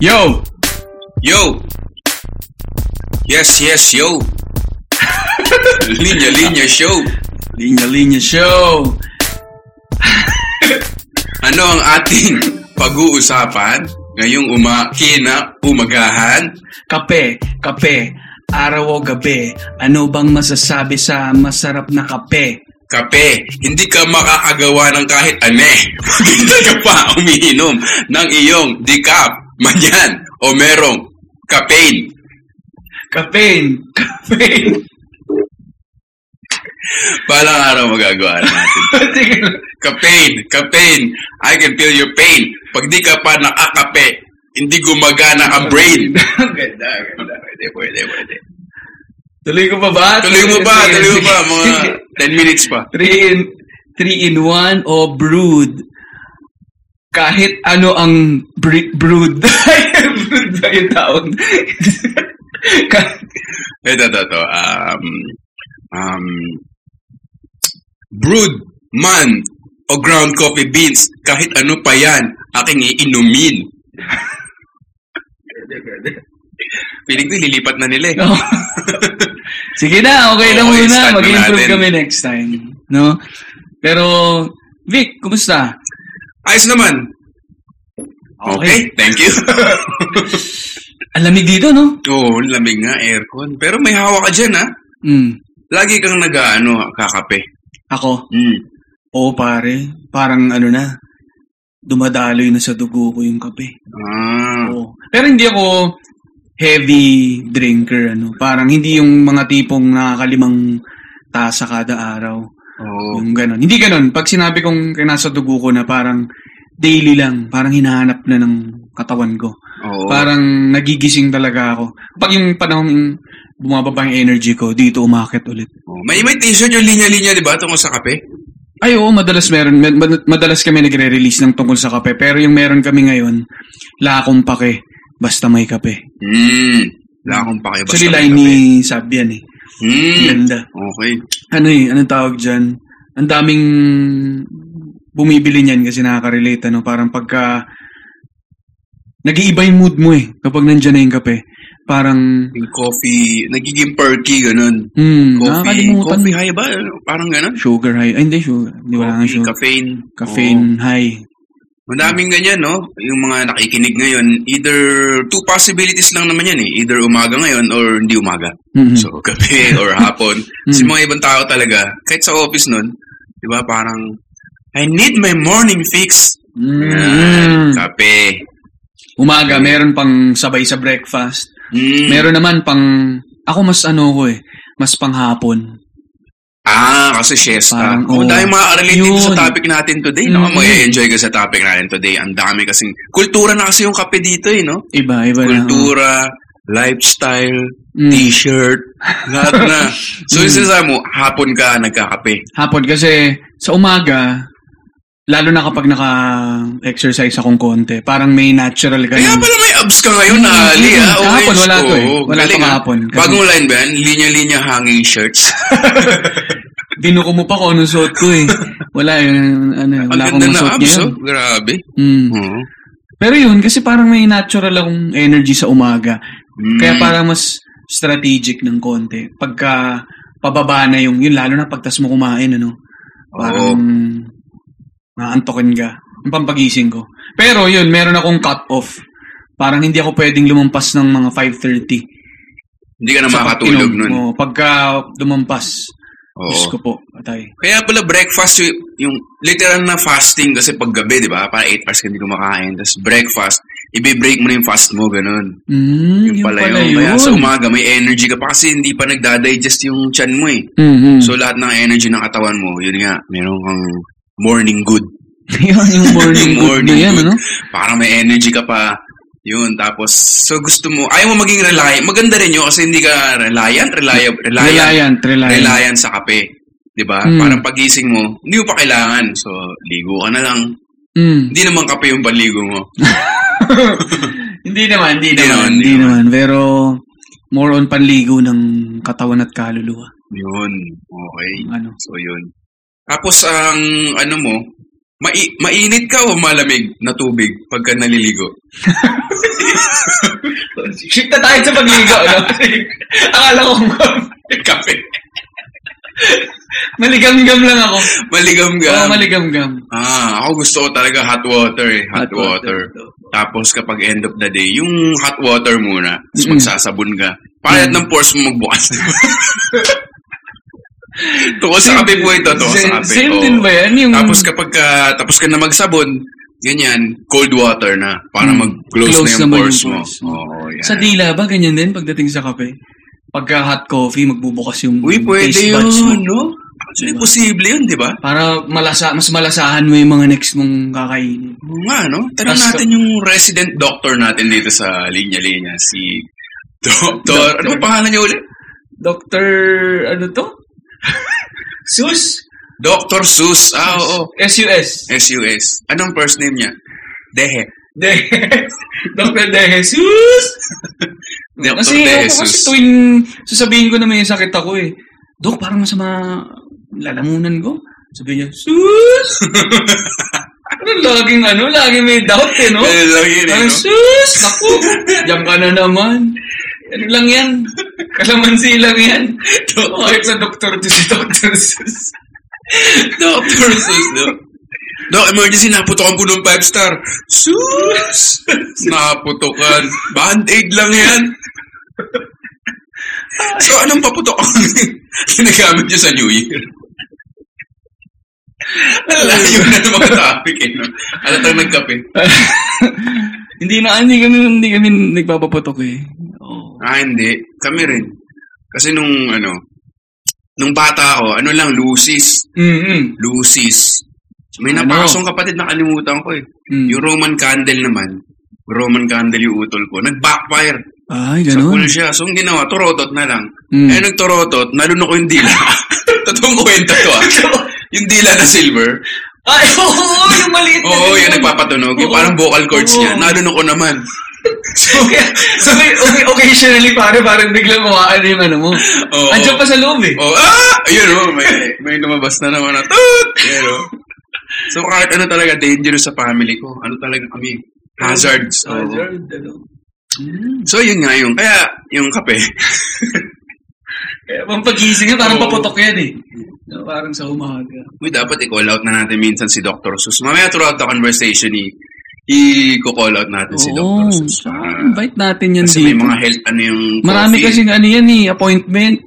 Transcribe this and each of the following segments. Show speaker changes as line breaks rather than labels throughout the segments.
Yo! Yo! Yes, yes, yo! linya, linya, show!
Linya Linya Show!
Ano ang ating pag-uusapan ngayong uma kina umagahan?
Kape, kape, araw o gabi, ano bang masasabi sa masarap na kape?
Kape, hindi ka makakagawa ng kahit ane. Maganda ka pa umiinom ng iyong decaf, manyan, o merong caffeine.
Kape, kape.
Palang araw magagawa natin.
Sige lang.
Caffeine, caffeine, I can feel your pain. Pag di ka pa nakakape, hindi gumagana ang brain.
Ang ganda, ang ganda.
Pwede, pwede, pwede.
Tuloy ko pa ba?
Tuloy mo ba?
Sige,
Tuloy mo
sige.
ba? Mga 10 minutes pa.
Three in, three in one o brood? Kahit ano ang br- brood. brood ba yung tawag? Kahit-
Ito, ito, ito. Um, um, brewed man o ground coffee beans, kahit ano pa yan, aking iinumin. Piling ko lilipat na nila eh.
No. Sige na, okay na
Okay,
muna.
start na
Mag-improve
natin.
kami next time. No? Pero, Vic, kumusta?
Ayos naman. Okay, thank you.
Ang lamig dito, no?
Oo, oh, lamig nga, aircon. Pero may hawak ka dyan, ha?
Mm.
Lagi kang nag ano, kakape.
Ako?
Mm.
Oo, pare. Parang ano na, dumadaloy na sa dugo ko yung kape.
Ah,
Oo. Pero hindi ako heavy drinker, ano. Parang hindi yung mga tipong nakakalimang tasa kada araw.
oo.
Yung ganon. Hindi ganon. Pag sinabi kong nasa dugo ko na parang daily lang, parang hinahanap na ng katawan ko.
Oo.
Parang nagigising talaga ako. Pag yung panahon bumababa yung energy ko, dito umakit ulit.
Oo. May, may t-shirt yung linya-linya, di ba, tungkol sa kape?
Ay oo, madalas meron. Med- mad- Madalas kami nagre-release ng tungkol sa kape. Pero yung meron kami ngayon, lakong pake. Basta may kape.
Mm. Wala akong pakiba
Actually,
sa
line
kape.
ni Sab yan eh.
Mm.
Ganda.
Okay.
Ano eh, anong tawag dyan? Ang daming bumibili niyan kasi nakaka-relate. Ano? Parang pagka nag-iiba yung mood mo eh kapag nandyan na yung kape. Parang,
Yung coffee, nagiging perky, ganun.
hmm,
Coffee,
nakakalimutan.
coffee high ba? Parang ganun.
Sugar high. Ay, hindi sugar. Hindi wala nga
Coffee, Oh.
sugar.
caffeine. Oo.
Caffeine high.
Madaming ganyan, no? Yung mga nakikinig ngayon, either two possibilities lang naman yan eh. Either umaga ngayon or hindi umaga.
Mhm.
So, gabi or hapon. Kasi
Mm.
mga ibang tao talaga, kahit sa office nun, di ba parang, I need my morning fix.
Mm.
Yan, kape.
Umaga, meron pang sabay sa breakfast.
Mm.
Meron naman pang, ako mas ano ko eh, mas pang hapon.
Ah, kasi siesta.
Parang,
Oo,
oo.
dahil makaka-relate dito
Yun.
sa topic natin today. No?
Mm.
Mag-enjoy ka sa topic natin today. Ang dami kasing... Kultura na kasi yung kape dito eh, no?
Iba, iba na. oh.
Kultura, lifestyle,
Mm.
t-shirt, lahat na. So, yung sinasabi mo, hapon ka nagkakape.
Hapon kasi sa umaga, lalo na kapag naka-exercise akong konti, parang may natural ka
Kaya
ng-
pala may abs ka ngayon,
Mm,
Ali,
mm,
ah.
kahapon,
Orange
wala
ko.
to eh. Wala
Galing,
to
ah.
kahapon. Kasi-
Bagong line ba yan? Linya-linya hanging shirts.
Binuko mo pa kung anong suot ko eh. Wala, yun, ano, eh,
Ang
wala akong
ganda na
suot
abs,
ngayon.
oh. Grabe.
Mm.
Oo.
Pero yun, kasi parang may natural akong energy sa umaga.
Mm.
Kaya parang mas strategic ng konti. Pagka pababa na yung, yun lalo na pagtas mo kumain, ano? Parang naantokin ka. Yung pampagising ko. Pero yun, meron akong cut-off. Parang hindi ako pwedeng lumampas ng mga 5.30.
Hindi ka na
sa
makakatulog
pag-inom.
nun.
Oo, pagka lumampas,
Oo.
Diyos ko po, patay.
Kaya pala breakfast yung, yung literal na fasting kasi paggabi, di ba? Para 8 hours ka hindi kumakain. Tapos breakfast, ibe-break mo na yung fast mo, ganun.
Mm,
Yung pala yun. Kaya sa umaga may energy ka pa kasi hindi pa nagdadigest yung chan mo eh.
Mhm.
So lahat ng energy ng katawan mo, yun nga, meron kang morning good.
yun, yung morning good na
Morning
yan,
good.
ano?
Para may energy ka pa. Yun, tapos, so gusto mo, ayaw mo maging reliant. Maganda rin yun kasi hindi ka reliant, reliable, reliant,
Reliant, reliant.
reliant sa kape. 'Di ba?
Mm.
Parang pagising mo, hindi mo pa kailangan. So, ligo ka na lang.
Mm.
Hindi naman kape yung paligo mo.
Hindi naman, hindi
Hindi
naman,
naman,
hindi
hindi
naman. Pero, more on panligo ng katawan at kaluluwa.
Yun. Okay.
Ano?
So, yun. Tapos, ang ano mo, Mai- mainit ka o malamig na tubig pagka naliligo?
Shift na tayo sa pagligo, no? Akala ko,
Kape.
maligam-gam lang ako.
Maligamgam.
Oo, maligam-gam.
Ah, ako gusto ko talaga hot water eh. Hot,
Hot
water.
water.
Tapos kapag end of the day, yung hot water muna. Tapos
Mm-mm. Mm.
magsasabon ka. Payat ng pores mo magbukas. Tukos sa kape po ito. Tukos
Same-
sa kape.
Same
oo.
din ba yan? Yung
Tapos kapag ka, tapos ka na magsabon, ganyan, cold water na. Para
Mm.
mag-close
Close
na
naman
yung
yung
pores mo.
pores mo.
Oo, yan.
Sa dila ba, ganyan din pagdating sa kape? Pagka hot coffee, magbubukas yung
Uy, pwede
taste buds
yun,
mo.
no? Actually, posible yun, di ba?
Para malasa, mas malasahan mo yung mga next mong kakainin.
Oo nga, no? Tanong
Tas-
natin yung resident doctor natin dito sa linya-linya, si Doctor...
Doctor.
Ano ba pangalan niya ulit?
Doctor, ano to? Sus?
Dr. Sus. Ah, oo.
S-U-S.
S-U-S. Anong first name niya? Dehe.
De Dr. De Jesus!
Dr.
Kasi
De
ako kasi
Jesus.
tuwing sasabihin ko na may sakit ako eh. Dok, parang masama lalamunan ko. Sabi niya, sus! ano, laging ano, laging may doubt eh, no?
Ganun lang yun, eh,
Parang,
no?
sus! Naku! Diyan ka na naman. Ano lang yan? Kalamansi lang yan. Bakit sa doktor to si Dr. Sus?
Dr. Sus, no? Dok, emergency, naputokan ko ng 5 star. Sus! Naputokan. Band-aid lang yan. So, anong paputok ang ginagamit niyo sa New Year? Layo na ng mga topic eh. No? Ano tayo nagkape?
hindi na, hindi kami, hindi kami nagpapaputok eh. Oo.
Ah, hindi. Kami rin. Kasi nung ano, nung bata ako, ano lang, Lucis.
Mm-mm.
Lucis. May
Ano?
napakasong kapatid na kalimutan ko eh.
Mm.
Yung Roman candle naman, Roman candle yung utol ko, nag-backfire.
Ay,
Sa
ganun.
pool siya. So, ang ginawa, turotot na lang.
Mm.
Eh, nagturotot, nalunok ko yung dila. Totoong kwento to ah. yung dila na silver.
Ay, oo, yung maliit na
Oo,
ganun.
yun nagpapatunog. Yung
Oo.
parang vocal cords
Oo.
niya. Nalunok ko naman.
So, kaya- so may- okay, occasionally, pare, parang biglang mawakan yung ano mo.
Oo.
Andiyan pa sa loob eh.
Oh, ah! Ayun, oh, may, may lumabas na naman na, tut! Ayun, oh. So, kahit ano talaga, dangerous sa family ko. Ano talaga kami? Hazards. oo.
Hazard, ano. Mm.
So, yun nga yung, kaya, yung kape.
Kaya pang Eh, pagising niya, parang
Oo.
paputok yan eh. No, parang sa umaga.
Uy, dapat i-call out na natin minsan si Dr. Sus. Mamaya throughout the conversation, i- i-call out natin si Dr. Sus.
Ah,
Ah,
invite natin yan
kasi may
dito.
mga health, ano yung
Marami
coffee.
kasing ano yan eh, appointment.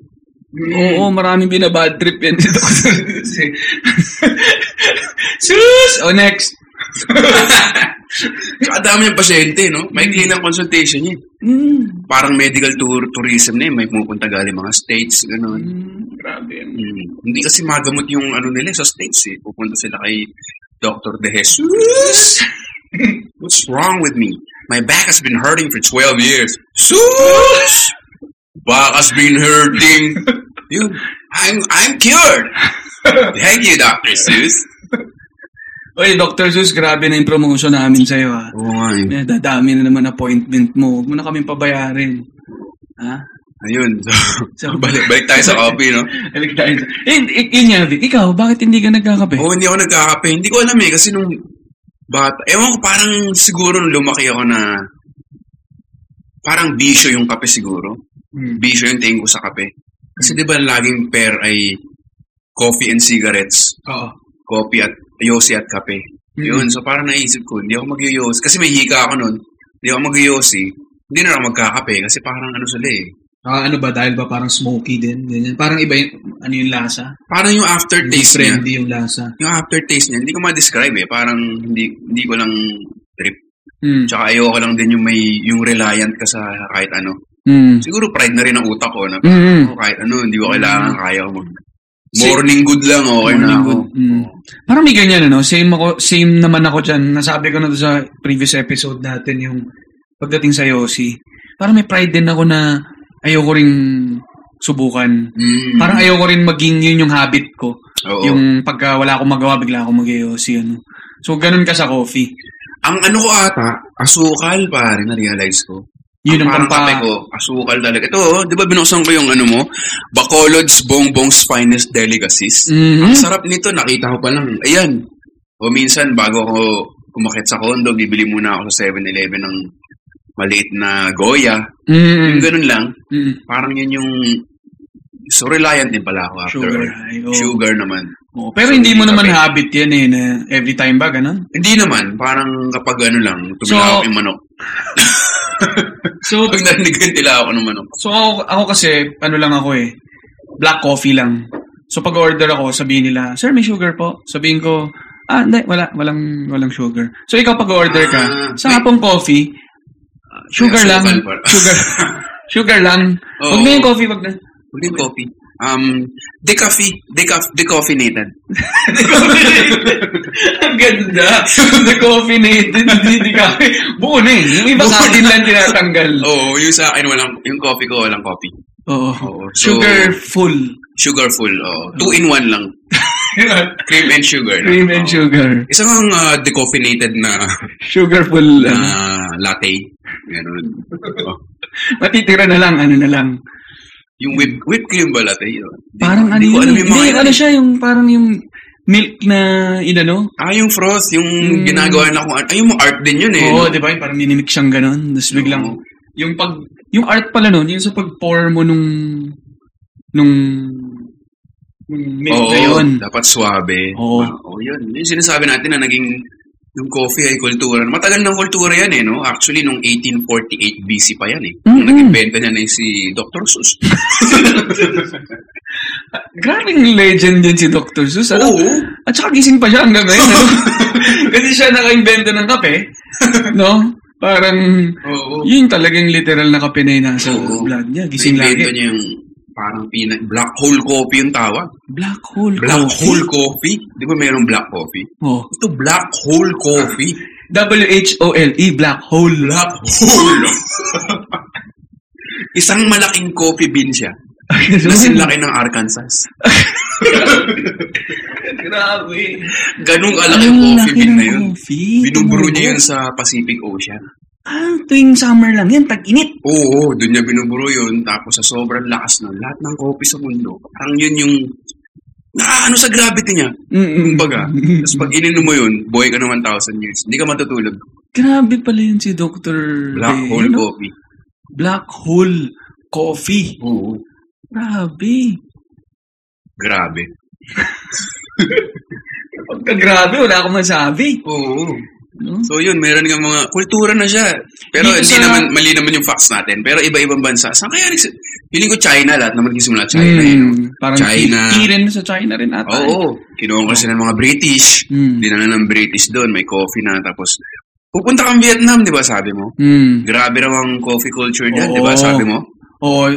Oo, maraming binabad trip yan si Dr. Sus! O next.
Tsaka dami ng pasyente, no? May clean ang consultation niya.
Mm.
Parang medical tour, tourism na yun. May pumupunta galing mga states, gano'n.
Mm, grabe yan.
Mm. Hindi kasi magamot yung ano nila sa States eh. Pupunta sila kay Dr. De Jesus. What's wrong with me? My back has been hurting for 12 years. Sus! Back has been hurting. Yun. I'm, I'm cured. Thank you, Dr. Seuss.
Oy, Dr. Zeus, grabe na yung promotion namin sa'yo, ha.
Uy.
Eh, Dadami na naman appointment mo. Huwag mo na kaming pabayarin. Ha?
Ayun. So,
So-
balik, balik tayo sa coffee, no?
Alik tayo. sa- Eh, eh, yun nga, Vic. Ikaw, bakit hindi ka nagkakape?
Oo, hindi ako nagkakape. Hindi ko alam eh, kasi nung bata, ewan ko, parang siguro nung lumaki ako na parang bisyo yung kape siguro.
Mm.
Bisyo yung tingin ko sa kape. Kasi di ba laging pair ay coffee and cigarettes,
Oo.
coffee at yosi at kape.
Mhm.
Yun, so parang naisip ko, hindi ako mag Kasi may hika ako nun, hindi ako mag Hindi na ako magkakape kasi parang ano sila eh.
Ah, ano ba? Dahil ba parang smoky din? Ganyan. Parang iba yung, ano yung lasa?
Parang yung
Hindi
aftertaste niya.
friendly yung lasa.
Yung aftertaste niya, hindi ko ma-describe eh. Parang hindi, hindi ko lang trip.
Mm.
Tsaka ayoko lang din yung may yung reliant ka sa kahit ano.
Mm.
Siguro pride na rin ang utak ko na
Mm.
oh, kahit ano, hindi ko kailangan, kaya ko mag...
Si-
Morning good lang, okay na ako.
Mm. Parang may ganyan, ano? Same, ako, same naman ako dyan. Nasabi ko na to sa previous episode natin yung pagdating sa Yossi. Parang may pride din ako na ayoko rin subukan.
Mm.
Parang ayoko rin maging yun yung habit ko.
Oo.
Yung pagka wala akong magawa, bigla akong mag-Yossi. Ano. So, ganun ka sa coffee.
Ang ano ko ata, asukal pare, na-realize ko.
Ah. Yun ang
parang kape
pampa...
ko, asukal talaga. Ito, oh, di ba binuksan ko yung ano mo, Bacolod's Bongbong's Finest Delicacies.
Mhm.
Ang sarap nito, nakita ko pa lang. Ayan. O minsan, bago ako kumakit sa condo, bibili muna ako sa 7-Eleven ng maliit na Goya.
Mm.
Yung ganun lang.
Mm.
Parang yun yung... So, reliant din pala ako after.
Sugar. Oh.
all.
high, oo.
Sugar naman.
Oo, Pero hindi mo naman habit yan eh, na every time ba, ganun?
Hindi naman. Parang kapag ano lang, tumilaw
So-
yung manok.
So,
Pag narinig ko yung tila ako ng manok.
so ako, ako kasi, ano lang ako eh, black coffee lang. So pag order ako, sabihin nila, Sir, may sugar po. Sabihin ko, ah, hindi, wala, walang, walang sugar. So ikaw pag order ka,
Ah,
sa hapong coffee, sugar
may
lang,
asukal pa.
sugar, sugar lang.
Oo.
Huwag na yung coffee, wag na.
Hindi coffee. Um, decaffee, decaf, decaffeinated.
Mm. Ang ganda. The coffee na yun, hindi, hindi ka. Buo na eh. Yung iba sa atin lang tinatanggal.
Oo, yung sa akin, walang, yung coffee ko, walang coffee.
Oo.
Oo, so-
Sugar full.
Sugar full, oo. Two in one lang. Cream and sugar. lang.
Cream and
Oo.
sugar.
Isang ang ah, decaffeinated na,
Sugar full.
na
ano.
latte. Ganun. Oo.
matitira na lang, ano na lang.
Yung whipped, whipped cream ba latte? Yun. Di-
Parang ano
di
yun.
ko alam
eh.
yung
Hindi,
mga-
ano siya, yung parang yung milk na inano.
Ah, yung frost, yung
Mm.
ginagawa na kung ano. Ay, yung mga art din yun eh.
Oo,
no?
di ba? Yung Parang ninimik siyang ganun. Tapos biglang,
Oo.
yung pag, yung art pala nun, yung sa pag-pour mo nung, nung, nung milk
Oo,
na yun.
dapat suabe. Ah,
Oo.
Oo, yun. Yung sinasabi natin na naging yung coffee ay kultura. Matagal ng kultura yan eh, no? Actually, nung 1848 BC pa yan eh.
Mm-mm.
Nung nag-inventa niya na yung si Dr. Seuss.
Ah, Grabing legend din si Dr. Seuss. Ano?
Oo.
At saka gising pa siya hanggang ngayon. ano? Kasi siya naka-invento ng kape. No? Parang,
Oo.
yun talagang literal na kape na yung nasa
Oo.
blood niya. Gising
Invento
lagi.
niya yung parang pina- black hole coffee yung tawag.
Black hole
Black
coffee.
hole coffee? Di ba mayroong black coffee?
Oh.
Ito black hole coffee.
W-H-O-L-E, E, black hole.
Black hole! Isang malaking coffee bean siya. Na sinlaki ng Arkansas.
Grabe.
Ganun kalaki yung coffee bean na yun.
Coffee?
Binuburo niya yun sa Pacific Ocean.
Ah, tuwing summer lang yan, tag-init.
Oo, doon niya binuburo yun. Tapos sa sobrang lakas ng lahat ng coffee sa mundo, parang yun yung nakaano sa gravity niya.
Mm-mm.
Kumbaga. Tapos pag ininom mo yun, buhay ka ng 1,000 years. Hindi ka matutulog.
Grabe pala yun si Dr.
Black
Day,
hole
ano?
coffee.
Black hole coffee.
Oo.
Grabe.
Grabe.
Pagka grabe, wala akong masabi.
Oo.
No?
So yun, meron nga mga kultura na siya. Pero
Dito
hindi
sa-
naman, mali naman yung facts natin. Pero iba-ibang bansa. Saan kaya nagsi... Piling ko China, lahat naman nagsimula China. eh, no?
Hmm, Parang
China.
tea rin sa China rin ata.
Oo. Kinuha kasi ng mga British.
Mm.
Dinala ng British doon. May coffee na. Tapos, pupunta kang Vietnam, di ba sabi mo?
Mm.
Grabe raw ang coffee culture niya,
Oo.
di ba sabi mo?
Oo, Oh,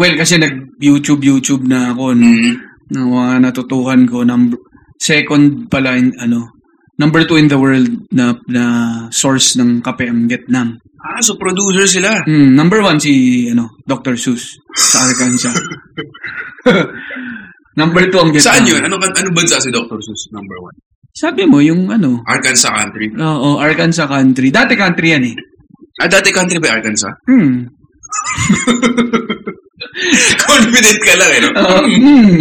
well, kasi nag-YouTube, YouTube na ako. No?
Mm.
Ng mga natutuhan ko, number, second pala, in, ano, number two in the world na, na source ng kape ang Vietnam.
Ah, so producer sila.
Mm, number one si, ano, Dr. Seuss sa Arkansas. number two ang Vietnam.
Saan yun? Ano, ano bansa si Dr. Seuss number one?
Sabi mo, yung ano,
Arkansas country.
Oo, Arkansas country. Dati country yan eh.
Ah, dati country ba Arkansas?
Hmm.
Confident ka lang, eh, no?
Uh, hmm.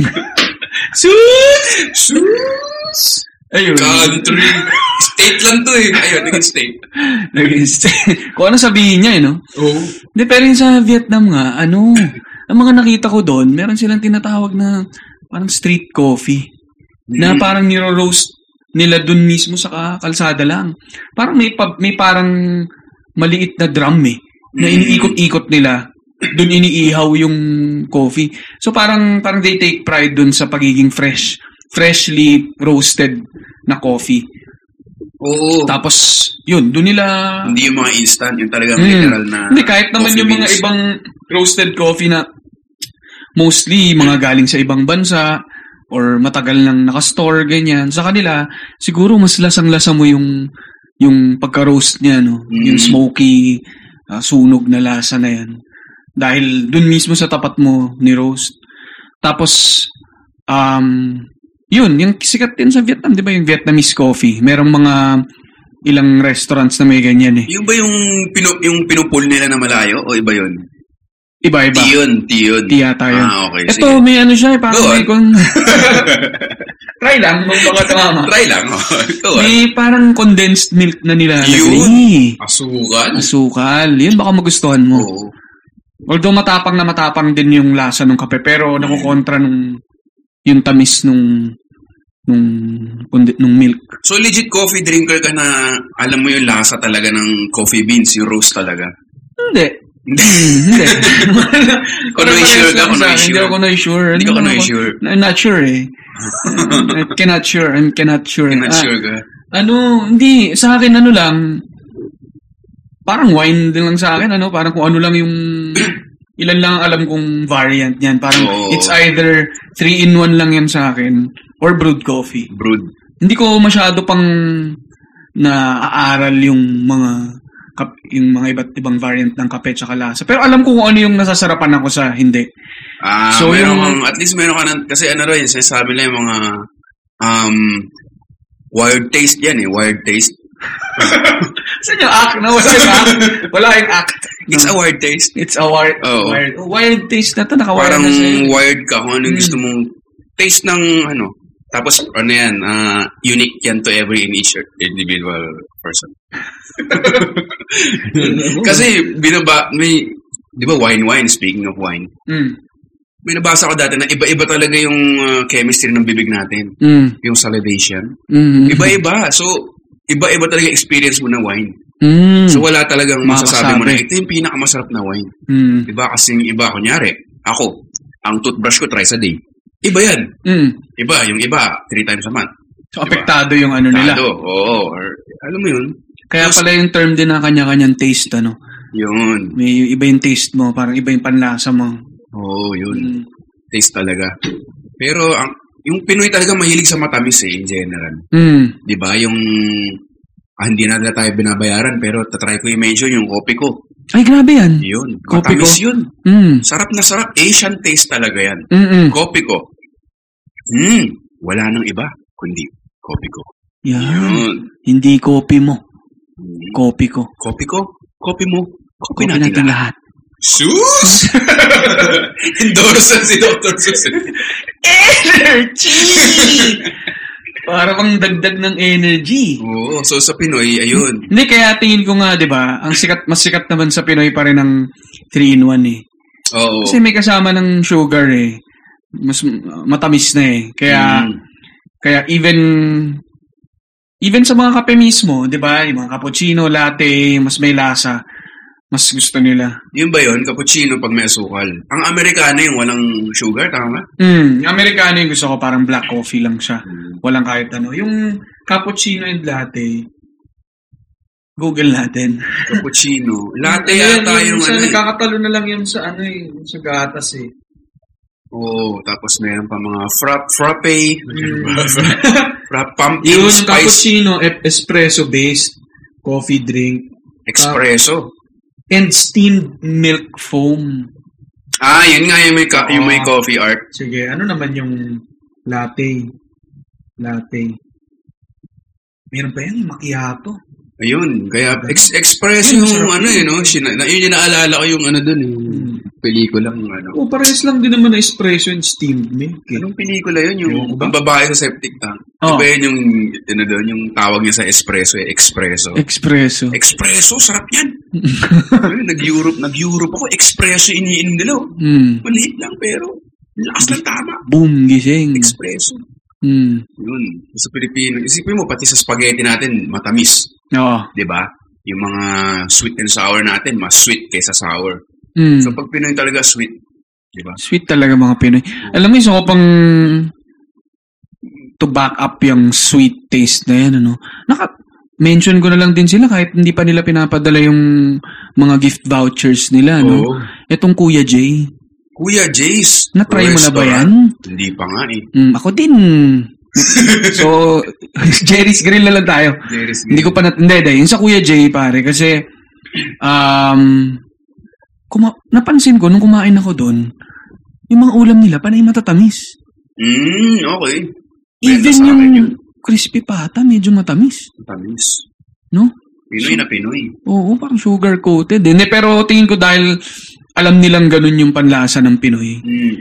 Sus!
Seuss!
Ayun.
Country. state lang to eh. Ayun, naging state.
Nag-ist- Kung ano sabihin niya eh, no?
Oo. Oh.
Hindi, pero yung sa Vietnam nga, ano, ang mga nakita ko doon, meron silang tinatawag na parang street coffee. Na
Mm.
parang niro-roast nila doon mismo sa ka- kalsada lang. Parang may, pa- may parang maliit na drum eh, na
Mm.
iniikot-ikot nila. Doon iniihaw yung coffee. So parang, parang they take pride doon sa pagiging fresh, freshly roasted na coffee.
Oo.
Tapos, yun, doon nila
Hindi yung mga instant, yung talagang
Mm.
literal na
Hindi, kahit naman
coffee
yung mga
beans.
ibang roasted coffee na mostly mga galing sa ibang bansa or matagal nang naka-store, ganyan. Sa kanila, siguro mas lasang-lasa mo yung yung pagka-roast niya, no?
Mm.
Yung smoky, ah, sunog na lasa na yan. Dahil dun mismo sa tapat mo ni roast. Tapos, um, yun, yung sikat din sa Vietnam, di ba yung Vietnamese coffee? Merong mga ilang restaurants na may ganyan eh.
Yung ba yung, pinu, yung pinupul nila na malayo o iba yun?
Iba-iba.
Tea yun, tea yun.
Tea yata yun.
Ah, okay.
Ito, may ano siya, eh, parang
Go on.
may kung... Try lang, kung baka
sige.
tama.
Try lang. oh. Ito ah.
May parang condensed milk na nila.
Yun.
Yun.
Asukan.
Hmm. Asukal. Yun, baka magustuhan mo.
Oo.
Although matapang na matapang din yung lasa ng kape, pero nakukontra nung yung tamis nung nung kundi, nung milk.
So legit coffee drinker ka na alam mo yung lasa talaga ng coffee beans, yung roast talaga.
Hindi. Hindi.
Kunoy sure ka, kunoy sure.
Hindi ako kunoy sure.
Hindi ka
Ano
kunoy
ako-
sure.
I'm not sure eh. I cannot sure. I'm cannot sure.
You're not
Ah,
sure ka.
Ano, hindi. Sa akin, ano lang, parang wine din lang sa akin, ano, parang kung ano lang yung, ilan lang ang alam kong variant niyan. Parang
Oo.
it's either 3-in-1 lang yan sa akin or brewed coffee.
Brood.
Hindi ko masyado pang naaaral yung mga kap, yung mga iba't ibang variant ng kape tsaka lasa. Pero alam ko kung ano yung nasasarapan ako sa hindi.
Ah,
So,
meron
yung-
kang- at least meron ka ng, kasi ano rin, sinasabi nila yung mga, um, wild taste yan eh, wild taste.
Saan yung act? No, wala yung act. Wala yung act.
It's a wild taste.
It's a wild,
Oo.
wild, wild taste na to. Naka-wild
Parang
na sa'yo.
wired ka kung ano yung
Mm.
gusto mong taste ng ano. Tapos ano yan, ah, unique yan to every individual, individual person. Kasi binaba, may, di ba wine wine, speaking of wine,
Mm.
may nabasa ko dati na iba-iba talaga yung ah, chemistry ng bibig natin.
Mm.
Yung salivation.
Mm.
Iba-iba. So, iba-iba talaga experience mo na wine.
Mm.
So, wala talagang masasabi mo na
Makasabi.
ito yung pinakamasarap na wine.
mm.
Diba? Kasi yung iba, kunyari, ako, ang toothbrush ko thrice a day. Iba yan.
Mm.
Iba, yung iba, three times a month.
So, apektado yung ano nila.
Tado, oo. Or, alam mo yun?
Kaya pala yung term din na kanya-kanyang taste, ano?
Yun.
May iba yung taste mo, parang iba yung panlasa mo.
Oo, yun.
Mm.
Taste talaga. Pero, ang, yung Pinoy talaga mahilig sa matamis eh, in general.
Mm.
Di ba? Yung, ah, hindi na nila tayo binabayaran, pero tatry ko i-mention yung kopi ko.
Ay, grabe yan.
Yun.
Kopi
matamis
ko?
yun.
Mm.
Sarap na sarap. Asian taste talaga yan.
Mm-mm.
Kopi ko. Hmm, wala nang iba, kundi kopi ko.
Yan.
Yun.
Hindi kopi mo.
Hmm.
Kopi ko.
Kopi ko? Kopi mo? Kopi,
Kopi
natin,
natin lahat.
lahat. Sus! Endorser si Dr. Sus.
Energy! Para bang dagdag ng energy.
Oo, so sa Pinoy, ayun.
Hindi, kaya tingin ko nga, di ba, ang sikat, mas sikat naman sa Pinoy pa rin ang 3-in-1 eh.
Oo.
Kasi may kasama ng sugar eh. Mas uh, matamis na eh. Kaya
Mm.
kaya even even sa mga kape mismo, 'di ba? Yung mga cappuccino, latte, yung mas may lasa. Mas gusto nila.
Yun ba yun? Cappuccino pag may asukal. Ang Amerikano yung walang sugar, tama?
Mm, yung Americano yung gusto ko parang black coffee lang siya.
Mm.
Walang kahit ano. Yung cappuccino and latte, Google natin.
Cappuccino. Latte
Ayun,
yata
yun,
yung
minsan
ano. eh.
nagkakatalo na lang yun sa ano eh, sa gatas eh.
Oo, tapos meron pa mga frap, frappe.
Mm.
frap, pumpkin,
Yun, yung
spice,
cappuccino, e- espresso-based coffee drink.
espresso.
And steamed milk foam.
Ah, yun nga yung may, ka- yung may
Oo.
coffee art.
Sige, ano naman yung latte? Latte. Meron pa yan, yung macchiato.
Ayun, kaya ex- express
Ayun,
yung
masarap
ano yun, no? Sina- na, yun yung naalala ko yung ano dun, yung
Mm.
pelikulang ano.
O, Oh, parehas lang din naman na espresso and steamed milk. Eh.
Anong pelikula yun? Yung
Ewan ko ba?
ang babae sa septic tank.
Oo.
Diba yun yung, ano doon, yung tawag niya sa espresso, eh, espresso.
Espresso.
Espresso, sarap yan. Ayun, nag-Europe, nag-Europe ako, espresso iniinom nila. oh.
Mm.
Maliit lang pero, lakas lang tama.
Boom, gising.
Espresso.
Mm.
Yun, sa Pilipino. Isipin mo, pati sa spaghetti natin, matamis.
Oo.
di ba? Yung mga sweet and sour natin, mas sweet kaysa sour.
Mm.
So, pag Pinoy talaga, sweet. di ba?
Sweet talaga mga Pinoy. Alam mo, isa ko pang to back up yung sweet taste na yan, ano. Naka, mention ko na lang din sila kahit hindi pa nila pinapadala yung mga gift vouchers nila, no?
Oo.
Etong Kuya Jay,
Kuya Jace.
na-try mo na ba yan?
restaurant. Hindi pa nga eh.
Mm, ako din. so, Jerry's Grill na lang tayo. Hindi ko pa nat... Hindi, hindi. Yung sa Kuya Jay, pare, kasi... Um, kuma- napansin ko, nung kumain ako doon, yung mga ulam nila, panay matatamis.
Mm, okay. Benta
Even
sa
yung
akin
crispy pata, medyo matamis.
Tamis.
No?
Pinoy na Pinoy.
eh. Oo, parang sugar-coated. Hindi, pero tingin ko dahil alam nilang ganun yung panlasa ng Pinoy.
Mm.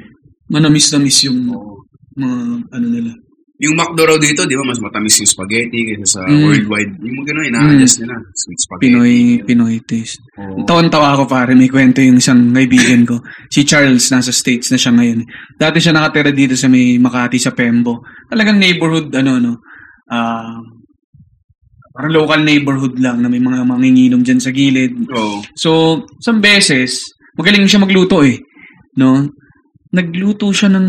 Manamis na miss yung
Oo.
mga ano nila.
Yung McDo raw dito, di ba, mas matamis yung spaghetti kaysa sa
Mm.
worldwide. Yung mga gano'n, ina-adjust nila. Sweet spaghetti.
Hmm. Pinoy, Pinoy taste.
Oo.
Tawan-tawa ako pare, may kwento yung isang kaibigan ko. Si Charles, nasa States na siya ngayon. Dati siya nakatira dito sa may Makati sa Pembo. Talagang neighborhood, ano, ano, ah, parang local neighborhood lang na may mga manginginom dyan sa gilid.
Oo.
So, isang beses, magaling siya magluto eh. No? Nagluto siya ng,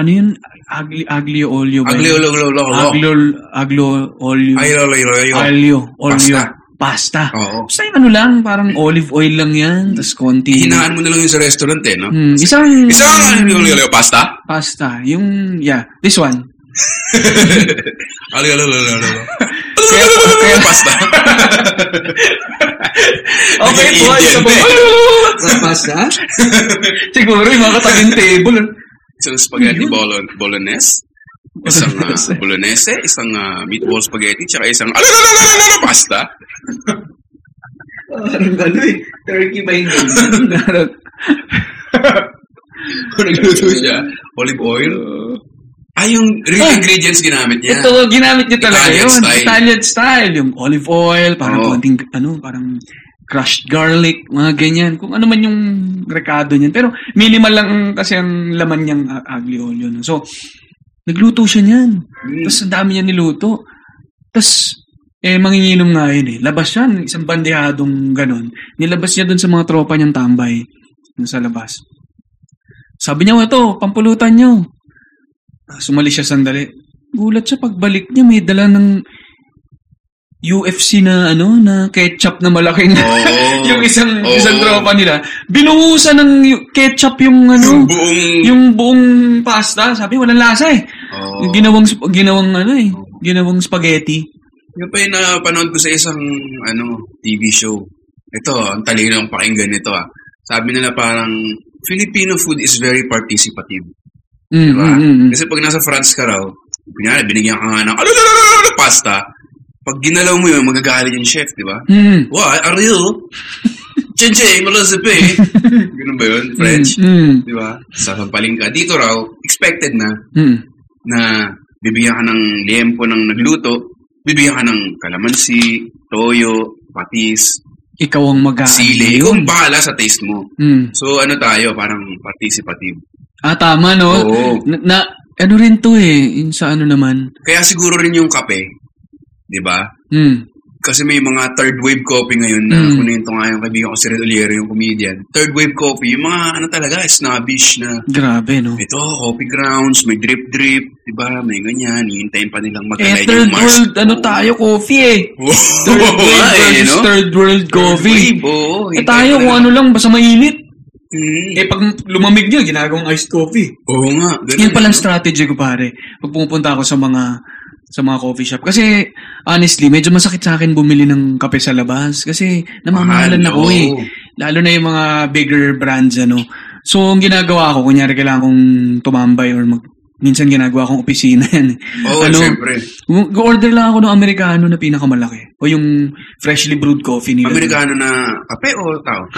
ano yun? Agli, aglio olio ba?
Aglio,
yun?
lo, lo, lo, lo.
Aglio, aglio olio.
Ay, lo, lo, lo, lo.
Olio. Olio.
Pasta.
Pasta.
Oo.
Basta yung ano lang, parang olive oil lang yan, tapos konti.
Hinaan mo na lang yun sa restaurant eh, no?
Hmm, isang...
Isang aglio, lo, lo, pasta.
Pasta. Yung, yeah, this one.
Aglio, lo, lo, lo, lo.
Kaya, kaya,
Pasta.
okay po,
Indian
isa pa.
eh.
Pasta?
Siguro yung mga katabing table.
Isang spaghetti bolo- bolognese. Isang ah, bolognese, isang ah, meatball spaghetti, tsaka isang aglio, lo, lo, lo, lo, lo, pasta.
Parang ano eh. Turkey by name.
Kung nagluto siya, olive oil. Ay, yung real
Oh.
ingredients ginamit niya.
Ito, ginamit niya talaga
Italian
yun.
style.
Italian style. Yung olive oil, parang
Oo.
konting, ano, parang crushed garlic, mga ganyan. Kung ano man yung rekado niyan. Pero minimal lang kasi ang laman niyang ah, aglio olio. no? So, nagluto siya niyan.
Mm.
Tapos ang dami niya niluto. Tapos, eh, manginginom nga yun eh. Labas siya, ng isang bandehadong ganun. Nilabas niya dun sa mga tropa niyang tambay. Dun sa labas. Sabi niya, "Oh, ito, pampulutan niyo. Ah, Sumali siya sandali. Gulat siya pagbalik niya, may dala ng UFC na ano na ketchup na malaking
Oo.
yung isang
Oo.
isang tropa nila binuhusan ng yu- ketchup yung
Yung
ano
buong...
yung buong pasta sabi walang lasa eh
Oo.
yung Ginawang sp- ginawang ano eh, ginawang spaghetti.
Yung pa yung napanood ko sa isang ano TV show. Ito, ah, ang talino ng pakinggan nito ah. Sabi nila parang, Filipino food is very participative.
Mm,
Diba?
mm, mm, mm.
Kasi pag nasa France ka raw, kunyari, binigyan ka nga ng ano, ano, ano, ano, ano, pasta, pag ginalaw mo yun, magagalit yung chef, di ba?
Mm.
Why? Are you? Chenche, malasipi. Ganun ba yun? French?
Mm,
Di ba? Sa sampaling ka. Dito raw, expected na
mm,
na bibigyan ka ng liempo ng nagluto, bibigyan ka ng kalamansi, toyo, patis,
Ikaw ang mag
sili. Ikaw ang bahala sa taste mo.
Mm.
So ano tayo, parang participative.
Ah, tama no?
Oo.
Na, na- ano rin to eh, yung sa ano naman.
Kaya siguro rin yung kape, di ba?
Mm.
Kasi may mga third wave coffee ngayon na
Mm.
mm. kunento nga yung kaibigan ko si Red Oliero, yung comedian. Third wave coffee, yung mga ano talaga, snobbish na
Grabe no.
ito, coffee grounds, may drip-drip, di ba? May ganyan, hihintayin pa nilang
Eh,
magalay
third
yung mask.
world, ano
Oo.
tayo, coffee eh.
Oo,
Third world
nga eh,
versus
no?
third world coffee.
Wave, oo.
Eh tayo kung ano lang, basta mainit.
Mm.
Eh pag lumamig niya, ginagawang iced coffee.
Oo nga. ganun.
Yan palang strategy ko pare. Pag pumupunta ako sa mga sa mga coffee shop. Kasi honestly, medyo masakit sa akin bumili ng kape sa labas. Kasi namamahalan
Mahal,
ako eh.
oo.
Lalo na yung mga bigger brands ano. So ang ginagawa ko, kunyari kailangan kong tumambay or mag, minsan ginagawa kong opisina yan. eh.
Oo,
ano,
syempre.
Go-order lang ako ng Americano na pinakamalaki. O yung freshly brewed coffee nila.
Amerikano na kape o tao?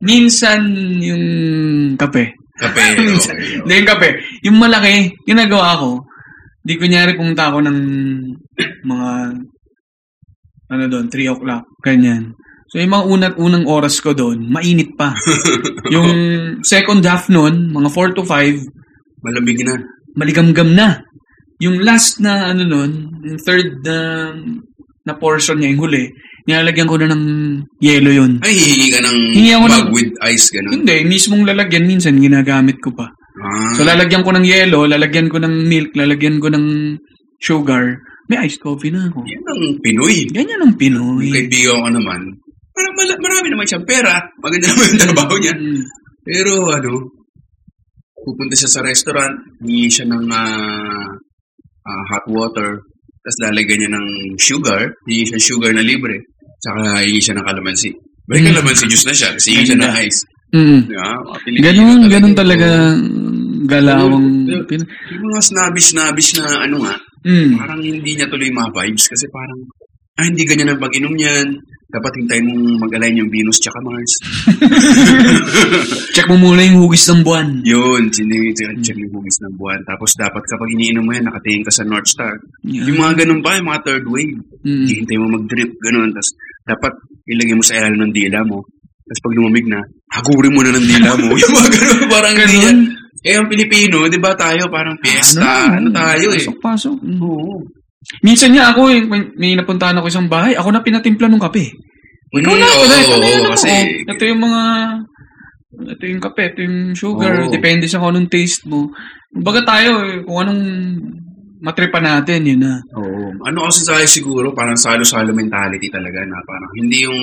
Minsan yung kape.
Kape.
Minsan.
okay.
Hindi, yung kape. Yung malaki, ginagawa ko, di kunyari pumunta ako ng mga, ano doon, 3 o'clock, ganyan. So, yung mga unang, unang oras ko doon, mainit pa. yung second half noon, mga 4 to 5,
Malamig na.
maligamgam na. Yung last na, ano noon, yung third na, na portion niya, yung huli, nilalagyan ko na ng yelo yun.
Ay, hihingi ka ng
Hingi ako
bag
ng-
with ice, ganun.
Hindi, mismong lalagyan, minsan ginagamit ko pa.
Ah,
So lalagyan ko ng yelo, lalagyan ko ng milk, lalagyan ko ng sugar. May iced coffee na ako.
yan ang Pinoy.
Ganyan ang
Yung
Pinoy.
kaibigan ko naman, parang mala- marami naman siyang pera. Maganda naman yung trabaho niya.
Mm.
Pero ano, pupunta siya sa restaurant, hingi siya ng ah, ah, hot water, tapos lalagyan niya ng sugar, hingi siya ng sugar na libre, tsaka hingi siya ng kalamansi. May
Mm.
kalamansi juice na siya, kasi hingi siya ng
Ganda.
ice.
Mm.
Yeah,
Ganun, ganun talaga galawang Pinoy.
Yung mga snobbish-snobbish na ano nga,
Mm.
parang hindi niya tuloy ma-vibes kasi parang, ah, hindi ganyan ang pag-inom niyan. Dapat hintayin mong mag-align yung Venus tsaka Mars.
Check mo muna yung hugis ng buwan.
Yun,
Mm.
sinicheck yung bugis ng buwan. Tapos dapat kapag iniinom mo yan, nakatingin ka sa North Star. Yung mga ganun pa, yung mga third wave.
Mm.
Hihintay mo mag-drip, ganun. Tapos dapat ilagay mo sa ilalim ng dila mo. Tapos pag lumamig na, hagurin mo na ng dila mo. yung mga ganun, parang
Ganun?
ganun. Eh, ang Pilipino, di ba tayo parang fiesta? Ano, tayo eh?
Pasok, pasok. Mm.
Oo.
Minsan niya ako, eh, may, may napuntahan ako isang bahay, ako na pinatimpla nung kape. Ikaw ano? na, ito na,
Mm, oo,
ito na yun
oo,
ako.
kasi
Ito yung mga, ito yung kape, ito yung sugar,
Oo.
depende sa kung anong taste mo. Baga tayo, eh, kung anong matripa natin, yun na.
Oo. Ano kasi sa akin siguro, parang salo-salo mentality talaga na parang hindi yung,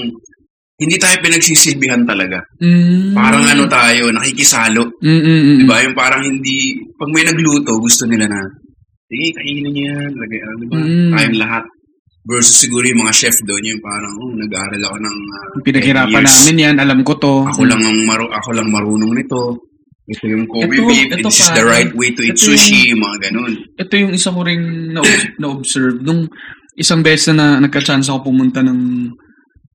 hindi tayo pinagsisilbihan talaga.
Mm.
Parang ano tayo, nakikisalo.
Mm, mm, mm,
Di
mm.
ba? Yung parang hindi, pag may nagluto, gusto nila na, sige, kainin niyo yan, lagay, ano ba,
Mm.
tayong lahat. Versus siguro yung mga chef doon, yung parang, oh, nag-aaral ako ng ah,
Ang Pinaghirapan
10 years.
namin yan, alam ko to.
Ako lang ang maru- ako lang marunong nito. Ito yung Kobe
Ito-
beef,
ito
and this is the
parang-
right way to eat
ito
sushi, yung mga ganun.
ito yung isa ko ring na- na-observe. Nung isang beses na, na nagka-chance ako pumunta ng,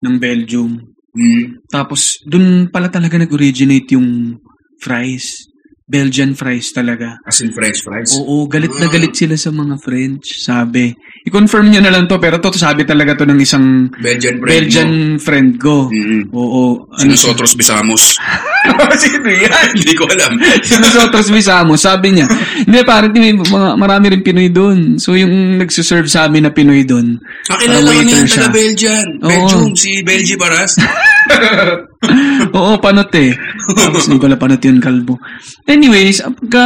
ng Belgium.
Mm.
Tapos, dun pala talaga nag-originate yung fries. Belgian fries talaga.
As in french fries.
Oo, galit na galit sila sa mga French, sabi. I-confirm nyo na lang to, pero to sabi talaga to ng isang
Belgian bread
Belgian friend ko.
mo. Mm.
Oo. Ano siya?
Sinusotros Bisamos.
Sino yan?
Hindi ko alam.
Sinusotros misamo, sabi niya. Hindi, parang may mga, marami rin Pinoy doon. So, yung nagsuserve sa amin na Pinoy doon.
Kakilala
Parang
ko na
waiter
yung
siya.
taga-Belgian.
Oo.
Belgium, si Belgi Paras.
Oo, panot eh. Tapos hindi pala panot yun, kalbo. Anyways, pagka,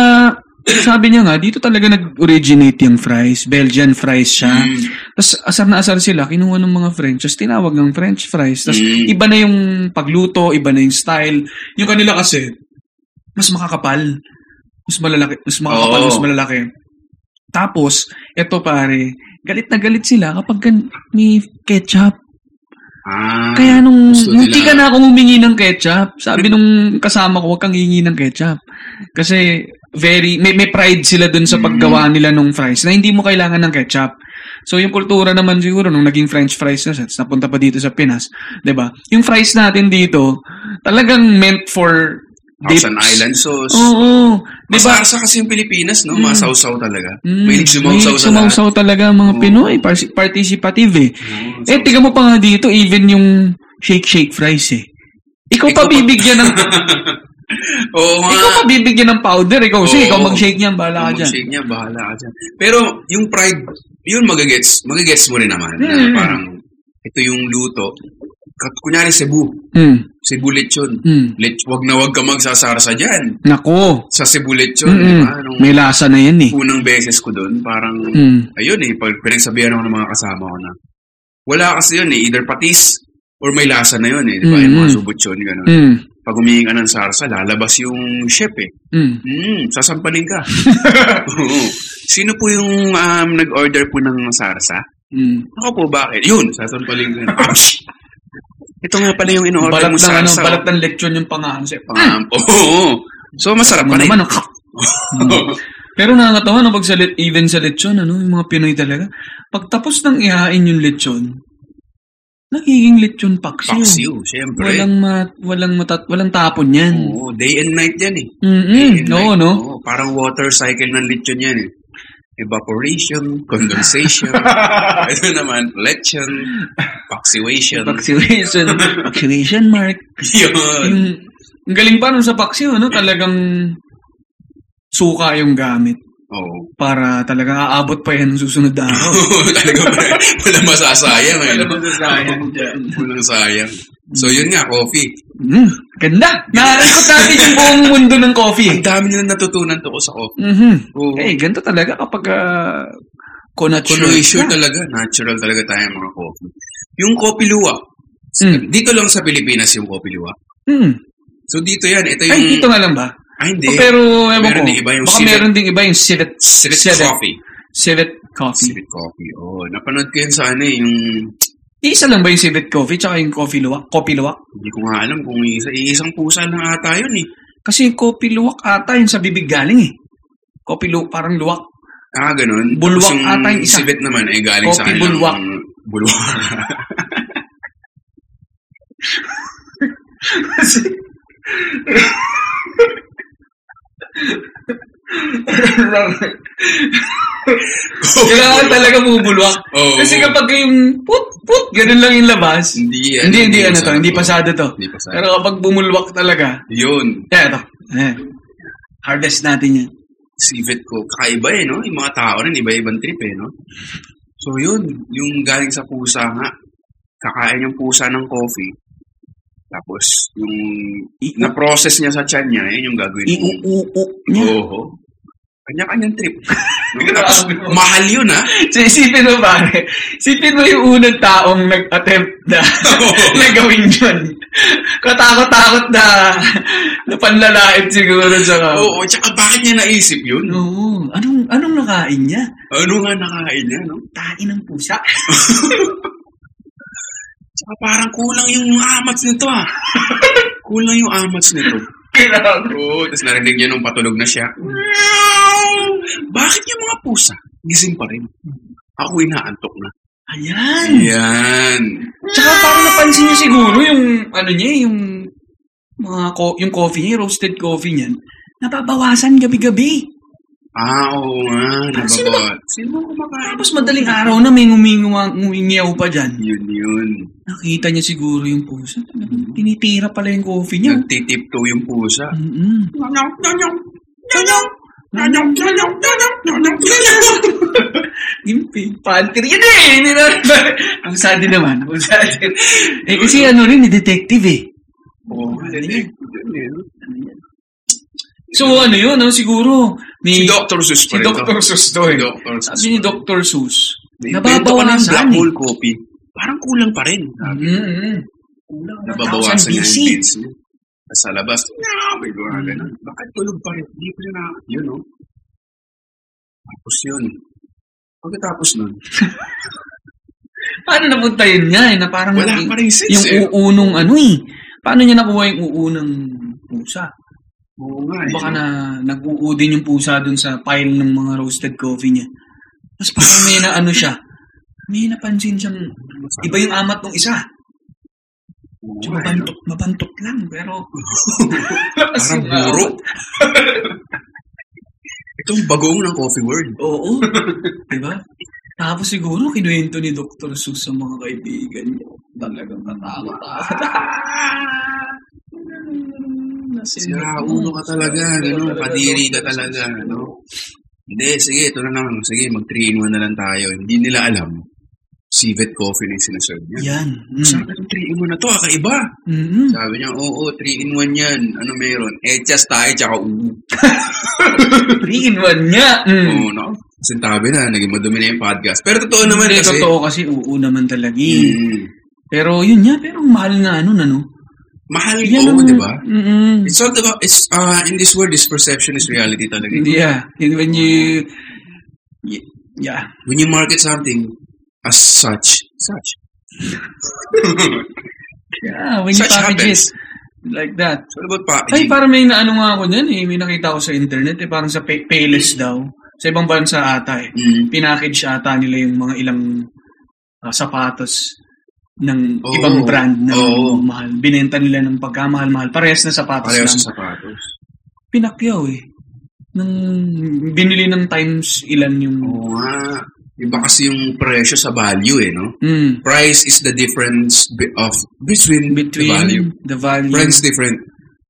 sabi niya nga, dito talaga nag-originate yung fries. Belgian fries siya.
Mm.
Tapos asar na asar sila, kinuha ng mga French. Tapos tinawag ng French fries. Tapos
Mm.
iba na yung pagluto, iba na yung style. Yung kanila kasi, mas makakapal. Mas malalaki, mas makakapal,
Oo.
mas malalaki. Tapos, eto pare, galit na galit sila kapag gan- may ketchup.
Ah,
Kaya nung
gusto
munti
nila.
ka na akong humingi ng ketchup, sabi nung kasama ko, huwag kang hingi ng ketchup. Kasi very may, may pride sila dun
Mm.
sa paggawa nila nung fries na hindi mo kailangan ng ketchup. So yung kultura naman siguro nung naging french fries na siya, tapos napunta pa dito sa Pinas, 'di ba? Yung fries natin dito, talagang meant for dips.
Thousand Island sauce.
Oo.
Mas
'Di ba?
arsa kasi yung Pilipinas, no?
Mm.
Masawsaw talaga.
Mm,
May sumawsaw
mahilig
sa lahat.
sumawsaw talaga ang mga
Oo. Mm,
Pinoy, par- participative eh.
Oo,
Eh, tiga mo pa nga dito, even yung shake-shake fries eh. Ikaw
Ikaw
pa
pa-
bibigyan ng
Oo nga.
Eh, ikaw pa bibigyan ng powder, ikaw
Oo.
sige, ikaw mag-shake niyan, bahala ka diyan.
Mag-shake niya, bahala ka dyan. Pero yung pride, yun magagets, magagets mo rin naman. Na
Mm.
parang, ito yung luto. Kat- Kunyari Cebu,
Hmm.
Cebu lechon.
Hmm.
Lech, wag na wag ka magsasarsa dyan.
Nako.
Sa Cebu lechon, di
Mm-mm.
ba? Nung
May lasa na 'yan eh.
unang beses ko doon, parang,
Mm.
ayun eh, pag pinagsabihan ako ng mga kasama ko na, wala kasi yun eh, either patis, or may lasa na yun eh, di ba? Yung mga
Mm-mm.
subot yun, gano'n.
Mm.
Pag humingi ka ng sarsa, lalabas yung chef eh.
Mm.
Hmm, sasampalin ka. Oo. Sino po yung um, nag-order po ng sarsa?
Mm.
Ako po, bakit? Yun, sasampalin ka. Ouch! Ito nga pala yung in-order
Balat
mo
ng ano,
sarsa.
balat ng lechon yung pangalan sa'yo.
Um, oo. So, masarap
Ano
pa rin.
naman, oh. ang- Mm. Pero nakakatawa no, pag sa le- even sa lechon, ano, yung mga Pinoy talaga, pag tapos nang ihain yung lechon, nagiging lechon paksiw.
Paksiw, syempre.
Walang ma- walang matat walang tapon 'yan.
Oo, day and night yan eh. Day
Mm.
and
Oo,
night.
no.
Oo, parang water cycle ng lechon yan eh. Evaporation, condensation, ito naman, lechon, paxiwation.
Vaccination. Vaccination, Mark.
Yun.
Yung, ang galing pa nun sa vaccine, ano? Talagang suka yung gamit
Oo.
para talaga aabot pa yan ng susunod na araw.
Oo, talaga wala, wala masasayang. eh.
masasayang dyan.
Walang sayang. So yun nga, coffee.
Mm, ganda! Nakarikot natin yung buong mundo ng coffee.
Ang dami nilang natutunan to ko sa coffee.
Mhm.
Oo.
Eh, ganito talaga kapag uh,
Kuno
connoisseur
issue
ka.
talaga, natural talaga tayo mga coffee. Yung coffee luwak.
Mm.
Dito lang sa Pilipinas yung coffee luwak.
Mm.
So dito yan, ito yung...
Ay, dito na lang ba?
Ay,
O,
hindi.
pero, ewan
Meron
ko.
din iba yung
Baka
civet.
meron ding iba yung civet.
Civet coffee.
Civet coffee.
Civet coffee. Oh, napanood ko yun sa ano eh, yung...
Isa lang ba yung civet coffee tsaka yung coffee luwak? Coffee luwak?
Hindi ko nga alam kung isa, isang pusa na ata yun eh.
Kasi yung coffee luwak ata yung sa bibig galing eh. Coffee luwak, parang luwak.
Ah, ganun.
Bulwak
Tapos yung eh,
ata yung isa.
civet naman ay galing sa
Coffee
kanilang-
bulwak.
Bulwak. kasi.
Kailangan talaga bubulwak.
Oo.
Kasi kapag yung put, put, ganun lang yung labas.
Hindi,
Hindi, hindi, ano to. Hindi pasado to.
Hindi pasado.
Pero kapag bumulwak talaga,
Yun.
yeah, ito. Eh, hardest natin yan.
Civet ko. Kakaiba eh, no? Yung mga tao rin, iba-ibang trip eh, no? So yun, yung galing sa pusa nga, kakain yung pusa ng coffee. Tapos, yung
I-
na-process niya sa tiyan niya, yun yung gagawin mo.
I-u-u-u niya.
Oo. Kanya-kanyang trip. No? Tapos, mahal yun, ah. ha?
So, isipin mo, pare. Isipin mo yung unang taong nag-attempt na, na gawin yun. Katakot-takot na, na panlalait siguro tsaka.
Oo, tsaka bakit niya naisip yun?
Oo. Anong, anong nakain niya?
Ano nga nakain niya, no?
Tain ng pusa.
Tsaka parang kulang yung amats nito, ah. kulang yung amats nito.
Kailangan.
Oo, tapos narinig niya nung patulog na siya. Bakit yung mga pusa? Gising pa rin. Ako inaantok na.
Ayan.
Ayan.
Tsaka parang napansin niyo siguro yung, ano niya, eh, yung, mga, ko- yung coffee niya, yung roasted coffee niyan, nababawasan gabi-gabi.
Ah, oo nga.
Parang sino ba-
Nababot. Sino ba kumakain?
Tapos madaling araw na may ngumingaw, ngumingiyaw pa dyan.
Yun, yun.
Nakita niya siguro yung pusa. Talagang Tinitira pala yung coffee niya.
Nagtitipto yung pusa.
Mm-mm.
Nanyang, nanyang, nanyang, nanyang, nanyang, nanyang, nanyang, nanyang.
Gimpy. Pantry yun eh. Hindi na. Ang sad din naman. Ang sad din. Eh kasi ano rin, eh, detective eh.
Oo, nga, yun, yun, yun.
So ano yun, ano, siguro. May,
Si Dr. Seuss
si
pa rin to.
Dr. Seuss to eh.
Si Dr. Seuss.
Sabi ni Dr. Seuss,
Naibento ko na yung black
nababawasan eh. Mm-hmm.
hole copy. Parang kulang pa rin.
Mm-mm.
Nababawasan niya yung
1,000
bits niya. Tapos sa labas, grabe, gawa
Mm-hmm.
ganun. Bakit tulog pa rin? Hindi pa rin na, yun know. Tapos yun. Pagkatapos nun,
Ano Paano napunta yun niya eh, na parang
wala
naging-
pa rin sense
yung
eh.
uunong ano eh. Paano niya nakuha yung uunang pusa?
Oo nga eh.
Baka na nag-uu din yung pusa dun sa pile ng mga roasted coffee niya. Tapos parang may na ano siya. May napansin siyang iba yung amat ng isa.
Oo
Siya
nga, eh, no?
mabantot, mabantot lang pero Lakas
Parang
yung
buro.
amat.
Itong bagong ng coffee world.
Oo. diba? Tapos siguro kinuwento ni Dr. Seuss sa mga kaibigan niya. Talagang natawa-tawa.
Sira, uno ka talaga, gano'n, kadiri ka talaga, no? Hindi, sige, ito na lang. Sige, mag-3-in-1 na lang tayo. Hindi nila alam. Civet Coffee na yung sinaserve niya.
Yan. Hmm.
Sabi ko, 3-in-1 na to, ah, kaiba.
Mm.
Sabi niya, oo, 3-in-1 yan. Ano meron? Echas tayo, tsaka ubo.
Three in one niya. Mm.
Oo, no? Sintabi na, naging madumi na yung podcast. Pero totoo naman
Hindi,
kasi.
totoo kasi oo naman talaga. eh.
Mm,
Pero yun niya, pero ang mahal nga ano na no.
mahal
Yan
ko,
ang-
di ba?
Mm-mm.
It's all about, it's, uh, in this world, this perception is reality talaga.
Yeah. And ah. when you... y- Yeah.
When you market something as such, such,
Yeah, when you
Such
package it like that.
it's all about
Ay,
packaging.
parang may naano nga ako niyan eh. May nakita ko sa internet eh. Parang sa Pe- Payless daw. Sa ibang bansa ata eh.
Mm.
Pinackage ata nila yung mga ilang ah, sapatos ng
Oo.
ibang brand na
Oo.
mahal. Binenta nila ng pagkamahal-mahal. Parehas na sapatos
Pareho
lang.
sa sapatos.
pinakyaw eh. Nang binili ng times ilan yung...
Oo nga. Iba kasi yung presyo sa value eh, no?
Mm.
Price is the difference be- of between,
Between Mm. the
the value.
value.
Price different.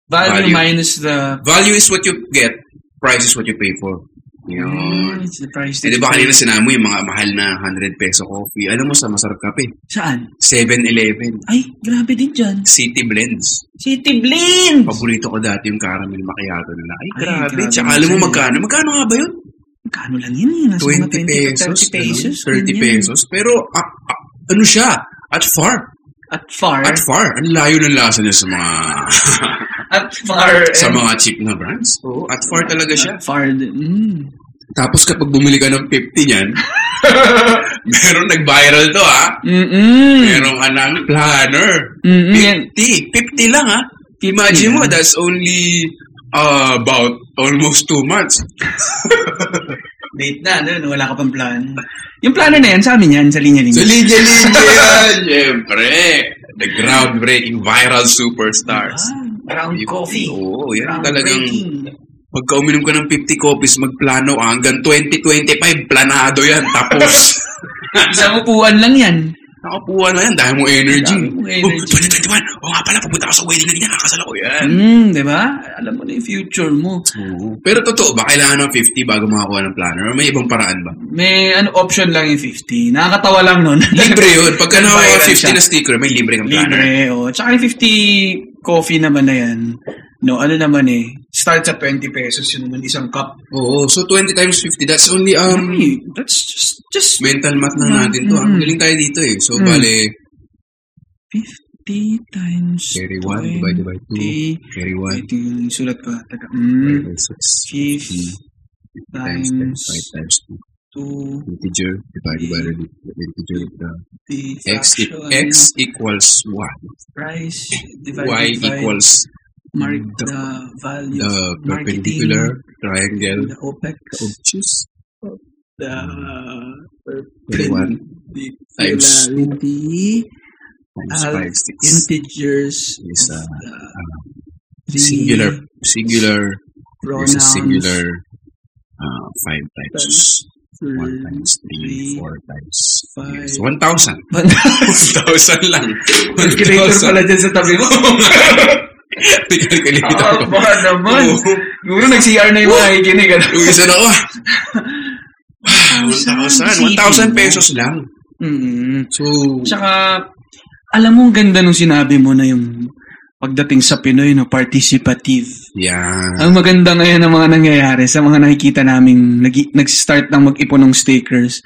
value,
value.
minus the...
Value is what you get. Price is what you pay for. Yun.
Mm, it's the price.
Eh, di ba kanina sinabi mo yung mga mahal na 100 peso coffee? Alam mo sa masarap kape?
Saan?
7-Eleven.
Ay, grabe din dyan.
City Blends.
City Blend!
Paborito ko dati yung caramel macchiato nila. Ay,
Ay,
grabe.
grabe
Tsaka alam mo
sa'yo.
magkano? Magkano nga ba yun?
Magkano lang yun eh? Nasa
20
mga 20
pesos.
to 30 pesos.
ganun. 30
ganyan.
pesos. Pero, ah, ah, ano siya? At far.
At far.
At
At,
far. Ang layo ng lasa niya sa mga
far.
sa mga cheap na brands. Oo, at far talaga siya.
At Ano far. din. Mm.
Tapos kapag bumili ka ng 50 niyan, meron nag-viral to ha.
Mm-mm.
Meron ka ng planner.
Mm-mm. Yan.
50. 50 lang ha.
50
Imagine mo,
lang.
that's only uh, about almost two months.
Late na, ano, wala ka pang plan. Yung plano na yan, sa amin yan, sa Ah, linya-linya.
So, linya-linya yan. Siyempre. The groundbreaking viral superstars.
Ah, Brown coffee.
Oo, yan ang
Brown
talagang...
breaking.
Pagka uminom ka ng 50 copies, magplano ka hanggang 2025, planado yan. Tapos,
Isang upuan lang yan.
nakapuha na yan dahil mo energy.
Dahil mo
Oh,
energy.
2021, oh nga pala, pupunta ako sa wedding na ganyan, kakasal ko yan.
Hmm, di ba? Alam mo na yung future mo.
Pero totoo ba, kailangan ng 50 bago makakuha ng planner? Or may ibang paraan ba?
May ano option lang yung 50. Nakakatawa lang nun.
Libre yun. Pagka nakakuha
Viral siya.
50 na sticker, may libre kang planner.
Libre, o. Oh. Tsaka yung 50 coffee naman na yan. No, ano naman eh. Start sa 20 pesos yun naman isang cup.
Oo, so 20 times 50, that's only um
Ay, that's just, just
mental math lang natin to. Ang galing tayo dito eh. So,
Mm-hmm. Mm.
bale,
50 times
carry 1 divided by 2,
20.
carry 1,
Ito yung sulat ko. Taka, mm,
6
50
times 10, 5
times
times 2.
2.
integer divided by the the integer uh,
The
x e-,
fraction
x equals what
price divided
y
by
equals
mark
the-
the value
the
of marketing,
perpendicular triangle
the OPEX,
obtuse
the
one times
perpendicularity,
times
Al-
five six
integers
is a
of the
singular singular
pronouns,
is a singular uh, five times one
plural,
times three
three,
four times
five.
yes, one thousand
But-
one thousand lang one
Calculator
thousand
pala dyan sa tabi mo.
Calculator
Ah,
ko.
baka naman.
Oo.
Siguro nag-CR na yung mga nakikinig. ano?
Yung isa na ako. ah. Wow, 1,000. 1,000 pesos lang.
Mm.
So,
Tsaka, alam mo, ang ganda nung sinabi mo na yung pagdating sa Pinoy, no, participative.
yeah.
Ang maganda ngayon ng mga nangyayari sa mga nakikita naming nag- nag-start ng mag-ipon ng stickers.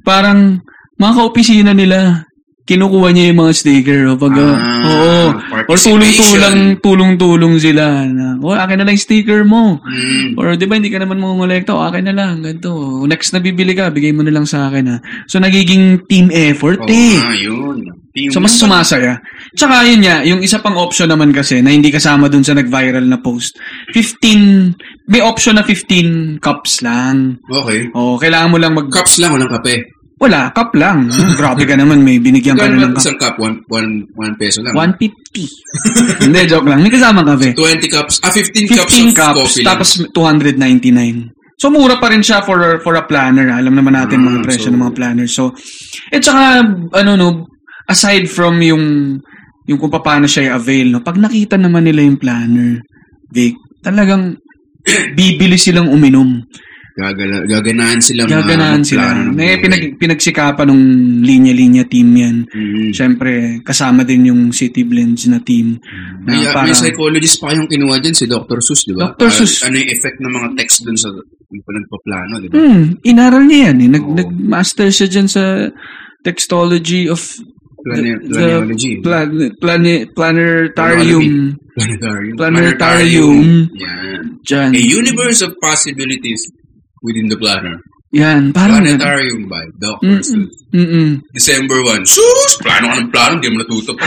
Parang, mga kaopisina nila, kinukuha niya yung mga sticker. O pag,
Ah,
oo. Or
participation.
tulong-tulang, tulong-tulong sila. Na, o, akin na lang yung sticker mo.
Mm.
Or di ba hindi ka naman mangongolekta, o akin na lang, ganito. O, Next na bibili ka, bigay mo na lang sa akin ha. So nagiging team effort
Oo
eh.
nga, yun. Team
So mas
work.
sumasaya. Tsaka yun nga, yung isa pang option naman kasi na hindi kasama dun sa nag-viral na post. 15, may option na 15 cups lang.
Okay.
O kailangan mo lang mag...
Cups lang, walang kape.
Wala, cup lang. Grabe ka naman, may binigyan ka na
Kano
ng
lang
cup.
isang cup? One, one, one peso lang.
150. hindi, joke lang. May kasama kape.
20 cups. Ah, 15, cups
15
of
cups,
coffee
tapos 299. So, mura pa rin siya for for a planner. ah. Alam naman natin
Ah,
mga presyo
so-
ng mga planner. So, at saka, ano no, aside from yung yung kung paano siya i-avail, no, pag nakita naman nila yung planner, Vic, talagang bibili silang uminom.
lang. Gagala- gaganaan sila. mga
Gaganaan sila.
magplano ng
May
buhay.
pinag, pinagsikapan ng linya-linya team yan.
Mm.
Siyempre, kasama din yung City Blends na team. Na
May, ah, may
parang-
psychologist pa kayong kinuha dyan, si Dr. Seuss, di ba?
Dr.
Ah,
Seuss.
ano yung effect ng mga text dun sa yung nagpaplano, di ba?
Hmm, inaral niya yan. Eh. Nag,
Oo.
Nag-master siya dyan sa textology of
Plane-
the- the
Planeology.
plan, plane, planetarium.
Planetarium.
Planetarium.
Yan.
Dyan.
A universe of possibilities within the planner.
Yan, parang...
Planetarium by Dr.
Mm. Mm-mm.
Seuss.
Mm-mm.
December 1. Sus! Plano ka ng plano, hindi mo natuto pa.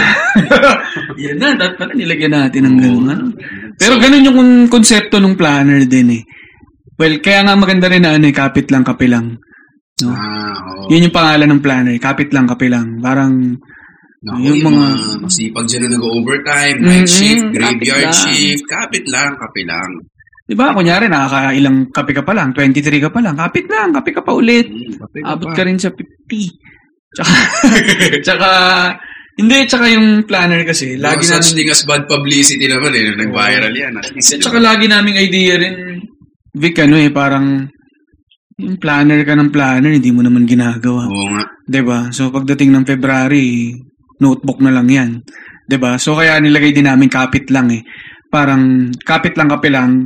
Yan na, dapat pala nilagyan natin ng
Oo.
ganun. ano. Pero ganun yung kon- konsepto ng planner din eh. Well, kaya nga maganda rin na ano eh, kapit lang, kape lang. No?
Ah, oo.
Yun yung pangalan ng planner, eh, kapit lang, kape lang. Parang,
Naku,
yung
yung, mga
mga-
masipag dyan na nag-overtime,
Mm-mm,
night shift,
kapit
graveyard
lang.
shift, kapit lang, kapit lang.
di ba, kunyari, nakakailang kape ka pa lang, 23 ka pa lang, kapit lang, kape ka pa ulit.
Mm, kapit
Abot
pa.
ka rin sa 50. Tsaka, tsaka, hindi, tsaka yung planner kasi, lagi
Lagi such
namin,
thing as bad publicity naman eh, nag-viral yan. At least,
tsaka lagi naming idea rin, Vic, ano eh, parang, yung planner ka ng planner, hindi mo naman ginagawa.
Oo nga.
'Di ba Diba? So, pagdating ng February, notebook na lang yan. 'Di ba So, kaya nilagay din namin kapit lang eh. Parang, kapit lang, kape lang.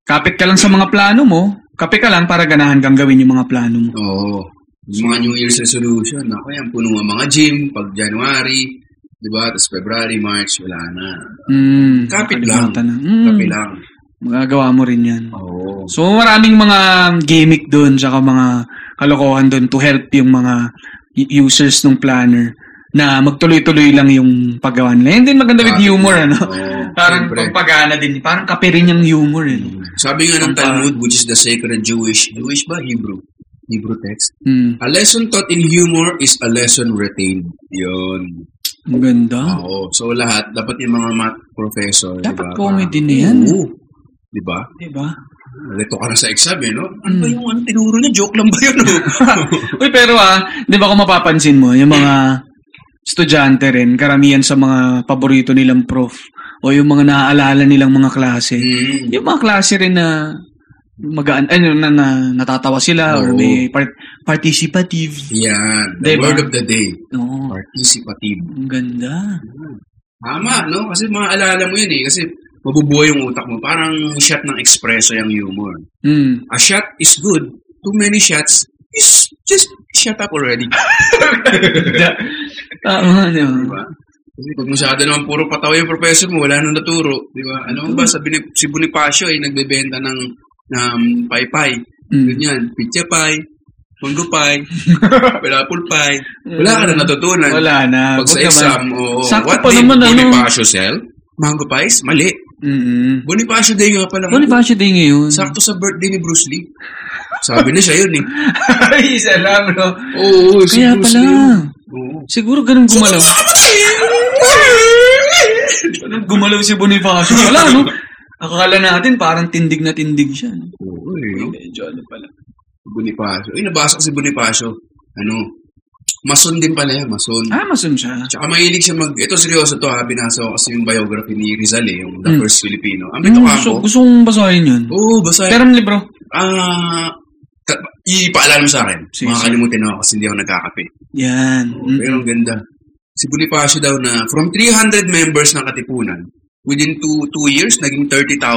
Kapit ka lang sa mga plano mo. Kape ka lang para ganahan kang gawin yung mga plano mo.
Oo. Yung mga New Year's resolution, ako yan, puno ang mga gym pag January, di ba? Tapos February, March, wala na.
Mm,
Kapit
nakalimutan Na. Mm,
Kape lang.
Magagawa mo rin yan.
Oo.
So maraming mga gimmick doon tsaka mga kalokohan doon to help yung mga y- users ng planner na magtuloy-tuloy lang yung paggawa nila. And then maganda with
Kapit
humor, ano?
lang. Oo,
Parang
siyempre.
pampagana din. Parang kape rin yung humor, eh. no?
Sabi nga ng Talmud, which is the sacred Jewish, Jewish ba? Hebrew. Hebrew text.
Mm.
A lesson taught in humor is a lesson retained. Yun.
Ang ganda.
Oo. So lahat, dapat yung mga math professor.
Ah. Dapat
diba,
comedy na yan.
Oo. Di ba?
Diba?
Lito ka na sa exam eh, no? Ano
Hmm.
ba yung ano, tinuro niya? Joke lang ba yun? no?
Uy, pero ah, di ba kung mapapansin mo, yung mga estudyante rin, karamihan sa mga paborito nilang prof o yung mga naaalala nilang mga klase,
Mm.
yung mga klase rin na magaan, ano, na, na, natatawa sila or
Oo.
may part- participative.
Yan. The
Diba?
word of the day.
Oo,
Participative.
ang ganda.
Tama, no? Kasi maaalala mo yun eh. Kasi mabubuhay yung utak mo. Parang shot ng espresso yung humor.
Mm.
A shot is good. Too many shots is just shut up already.
Tama, di ba?
Di ba? Diba? Kasi pag masyado naman puro patawa yung professor mo, wala nang naturo. Di ba? Ano
Hmm.
ba, sabi ni, si Bonifacio ay nagbebenta ng um, pay-pay.
Mm.
Ganyan, pizza pie, mango pie, pineapple pie. Wala ka na natutunan.
Hmm. Wala na.
Pag sa
Huwag Ah, naman.
exam, oo.
Sakto
what
pa
did
naman, ano?
Bonifacio sell? Mango pies? Mali.
Mm-mm.
Bonifacio Day nga pala.
Bonifacio Day ngayon.
Sakto sa birthday ni Bruce Lee. Sabi niya siya yun eh.
Ay, isa lang, no?
Oo, si
Kaya
Bruce
pala.
Lee yun. Oo.
Siguro ganun gumalaw. Ganun gumalaw si Bonifacio. Wala, no? Akala natin parang tindig na tindig siya. no?
Oo, eh. no?
Medyo ano pala.
Bonifacio. Uy, nabasa ko si Bonifacio. Ano? Mason din pala yan, mason.
Amazon siya.
Tsaka mahilig siya mag... Ito seryoso to ha, binasa ko kasi yung biography ni Rizal eh, yung The
Mm.
First Filipino. Ang
Mm,
bito
gusto, gusto kong basahin yun.
Oo, basta...
Pero ang libro.
Ah... ta- ipaalala mo sa akin.
Sige,
Makakalimutan ako kasi hindi ako nagkakape.
Yan. Mm.
Pero ang ganda. Si Bonifacio daw na from 300 members ng Katipunan, within two, two years, naging 30,000.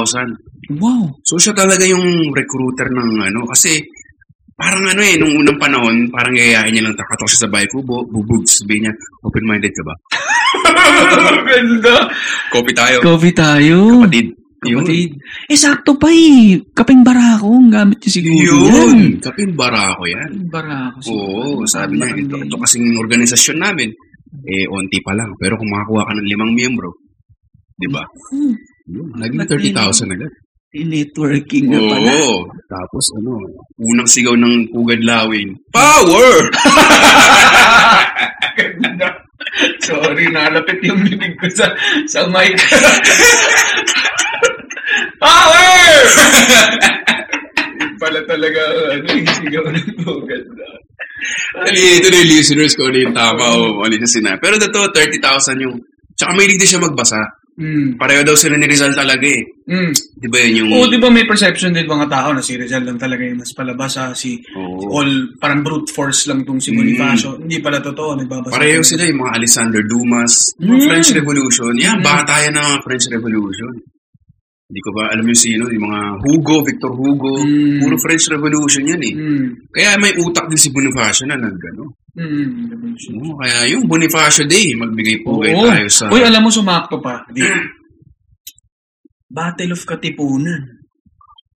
Wow.
So siya talaga yung recruiter ng ano kasi parang ano eh nung unang panahon parang yayain niya lang takatok siya sa bahay ko bu- bubog sabihin niya open-minded ka ba?
Ganda.
Copy tayo.
Coffee tayo.
Kapatid. Yun.
Kapatid. Eh, sakto pa eh. Kaping barako. Ang gamit niya siguro.
Yun.
yan.
Kapimbara ako yan.
Kaping barako.
Oo,
siguro.
sabi niya, ito, ito kasing organisasyon namin, eh, onti pa lang. Pero kung makakuha ka ng limang miyembro, di ba?
Hmm.
Yun, Naging 30,000 agad.
Networking na pala.
Oo. Tapos ano, unang sigaw ng Pugad Lawin, Power!
Sorry, nalapit yung bibig ko sa, sa mic. Power! pala talaga, ano, yung sigaw ng bugat na.
Dali, ito na yung listeners ko ano yung tama o mali na sinabi. Pero totoo, 30,000 yung... Tsaka may din siya magbasa.
Mm.
Pareho daw sila ni Rizal talaga eh.
Mm.
Di ba yun yung...
Oo, di ba may perception din mga tao na si Rizal lang talaga yung mas palabasa, si
Oo.
all, parang brute force lang tong si
Mm.
Bonifacio. Hindi pala totoo, nagbabasa.
Pareho
talaga.
sila yung mga Alexander Dumas, mga
Mm.
French Revolution. Yan,
Hmm.
bata yan ng mga French Revolution. Hindi ko ba alam yung sino, yung mga Hugo, Victor Hugo,
Mm.
puro French Revolution yan eh.
Mm.
Kaya may utak din si Bonifacio na nagano.
Mm. Revolution.
Oo, Kaya yung Bonifacio Day, magbigay po kayo
Oo.
tayo sa...
Uy, ah. alam mo, sumakto pa. Di. Battle of Katipunan.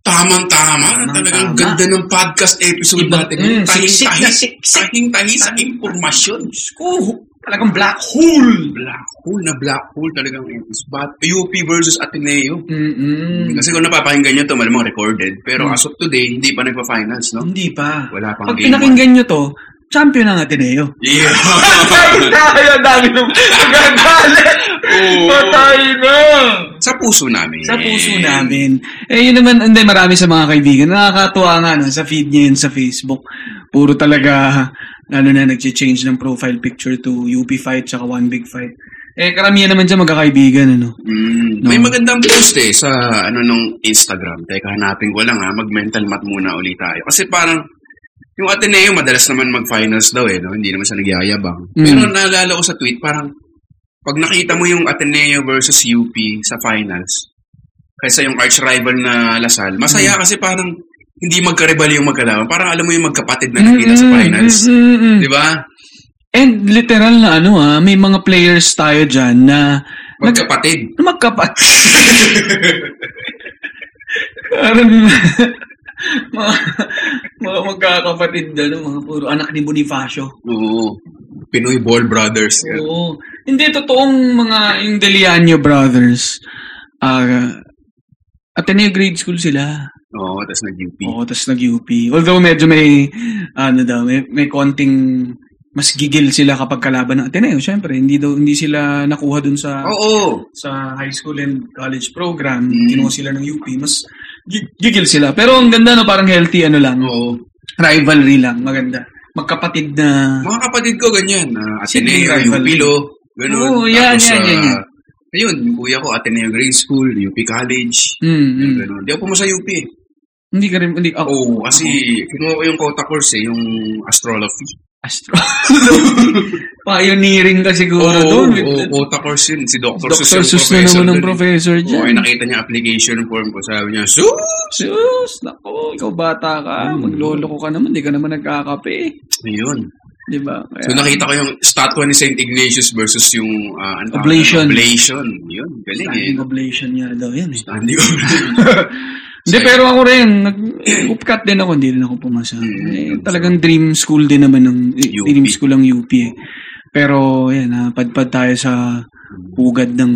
Tamang-tama.
Tamang-tama.
Talagang ganda ng podcast episode
Iba-
natin.
Mm, siksik
Tahing-tahi.
na siksik.
Tahing-tahi sa impormasyon.
Ko, talagang black hole.
Black hole na black hole talagang episode. But UP versus Ateneo.
Mm-mm.
Kasi kung napapakinggan nyo to, malamang recorded. Pero as of today, hindi pa nagpa-finals, no?
Hindi pa.
Wala pang
Pag
game
pinakinggan nyo to, champion ang Ateneo.
Yeah.
tayo, dami ng magagalit.
Oo.
na.
sa puso namin.
Sa puso namin. Eh, yun naman, hindi, marami sa mga kaibigan. Nakakatuwa nga, no, sa feed niya yun sa Facebook. Puro talaga, ano na, nag-change ng profile picture to UP Fight tsaka One Big Fight. Eh, karamihan naman dyan magkakaibigan, ano.
Mm,
No.
May magandang post eh sa ano nung Instagram. Teka, hanapin ko lang ha. Mag-mental math muna ulit tayo. Kasi parang yung Ateneo madalas naman mag-finals daw eh. No? Hindi naman siya nagyayabang.
Mm.
Pero naalala ko sa tweet, parang pag nakita mo yung Ateneo versus UP sa finals, kaysa yung arch rival na Lasal,
Mm.
masaya kasi parang hindi magkaribal yung magkalaban. Parang alam mo yung magkapatid na nakita sa
Mm-mm,
finals.
mm-mm.
Di ba?
Mm-hmm, And literal na ano ah, may mga players tayo dyan na nag-
Magkapatid.
magkapat. Parang mga, mga magkakapatid dyan, mga puro anak ni Bonifacio.
Oo. Pinoy Ball Brothers.
Oo. Hindi, totoong mga yung Deliano brothers. Ah, Ateneo grade school sila.
Oo, tapos nag-UP.
Oo, tapos nag-UP. Although medyo may, ano daw, may, may konting mas gigil sila kapag kalaban ng Ateneo. Siyempre, hindi, daw, hindi sila nakuha dun sa
Oo.
sa high school and college program,
Oh. Mm.
kinuha sila ng UP, mas gi- gigil sila. Pero ang ganda no, parang healthy ano lang,
Oo.
rivalry lang, maganda. Magkapatid na
Mga kapatid ko, ganyan. ah,
Sibling
Ateneo,
rivalry.
Upilo. Ganun.
Oo, yan,
Tapos,
yan, yan,
ah,
yan.
Ayun, yung kuya ko, Ateneo Grade School, UP College.
Mm, mm.
Ganun. Di ako pumasa UP. eh.
Hindi ka rin, hindi, ako,
Oo, kasi kinuha ko yung quota course eh, yung astrology.
astro. Pioneering ka siguro
Oo,
doon.
oo, quota course yun. Si Dr. Sus,
Dr.
yung
Sus na naman ng
dun.
professor
Oo, ay
dyan.
nakita niya application form ko. Sabi niya, Sus!
Sus, nako, ikaw bata ka,
Hmm.
maglolo ko ka naman, di ka naman nagkakape.
Ayun.
Di ba?
So
Kaya,
nakita ko yung statwa ni St. Ignatius versus yung ah, ano tawag-
Oblation.
Oblation. Yun, galing eh. Ah,
standing oblation niya daw yan eh.
Standing oblation.
Hindi, pero ako rin, nag-upcut din ako, hindi rin ako pumasa.
Hmm.
Eh, talagang dream school din naman ng eh,
UP.
dream school ang UP eh. Pero, yan, ah, padpad tayo sa
Hmm.
pugad ng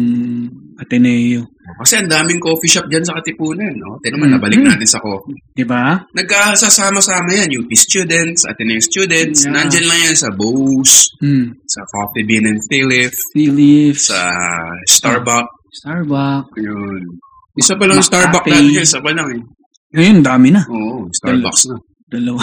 Ateneo.
Kasi ang daming coffee shop dyan sa Katipunan, no? Tignan naman,
Mm.
nabalik
Mm.
natin sa coffee.
Di ba?
Nagkasasama-sama yan, UP students, Ateneo students,
Yeah.
nandyan lang yan sa Bose,
Hmm.
sa Coffee Bean and Philip,
Tea leaves,
sa Starbucks,
Starbucks.
yun. Isa pa lang
Mac-
Starbucks
Cafe.
natin yan, isa pa lang eh.
Ngayon, dami na.
Oo, Starbucks na.
Dalawa.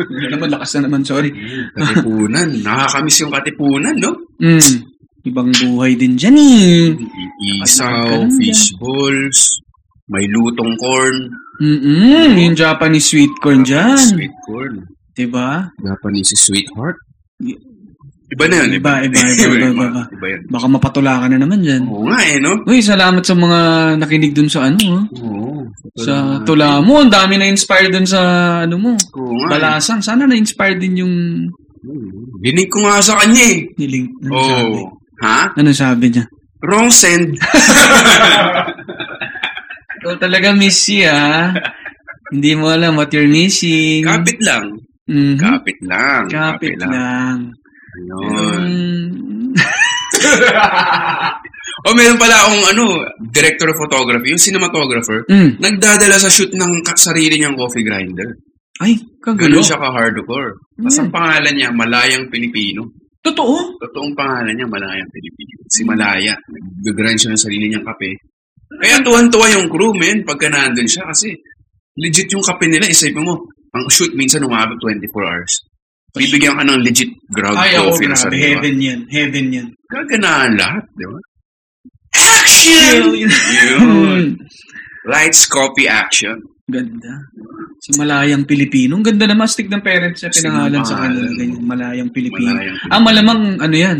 Hindi naman, lakas na naman, sorry.
Katipunan, nakakamiss yung Katipunan, no?
Hmm. Ibang buhay din dyan eh. Nakakatawa
Isaw,
ka lang
fish balls, may lutong corn,
Mm-mm. Yung Japanese sweet corn dyan. Diba?
sweet corn.
Di ba?
Japanese sweetheart? Iba na yun.
Iba, iba, iba, iba, iba, iba.
Iba yun.
Baka mapatula ka na naman dyan.
Oo nga eh, no?
Uy, salamat sa mga nakinig dun sa ano, ah.
Oo.
sa tula mo. Ang dami na inspired dun sa ano mo.
Oo nga. eh. Bala.
Balasan. Sana na-inspired din yung
Dinig ko nga sa kanya eh.
niling. Ano sabi?
Oo. Ha?
Ano sabi niya?
Wrong send.
Ikaw talaga missy ah. Hindi mo alam what you're missing.
Kapit lang.
Mhm.
Kapit lang.
Kapit lang.
Ayun.
Mm.
O meron pala akong ano, director of photography, yung cinematographer,
Mm.
nagdadala sa shoot ng ka- sarili niyang coffee grinder.
Ay, kagulo.
Ganun siya ka-hardcore. Tapos
Hmm.
ang pangalan niya, Malayang Pilipino.
Totoo?
totoong pangalan niya, Malayang Pilipino. Si Malaya. Nag-grind siya ng sarili niyang kape. Kaya tuwan-tuwa yung crew, men, pagka nandun siya. Kasi legit yung kape nila. Isipin mo, ang shoot minsan umabot 24 hours. Bibigyan ka ng legit ground
Ay, ako,
coffee na
grabe.
sarili. mo.
Heaven yan. Heaven yan.
Gaganaan lahat, di ba? Action! Yun.
Mm.
Lights, copy, action.
Ganda. Si Malayang Pilipino. Ang ganda naman. Stick ng parents niya
Kasi
pinangalan sa
pangalan.
kanila. Ganyan, Malayang Pilipino.
Malayang Pilipino.
Ah, malamang ano yan.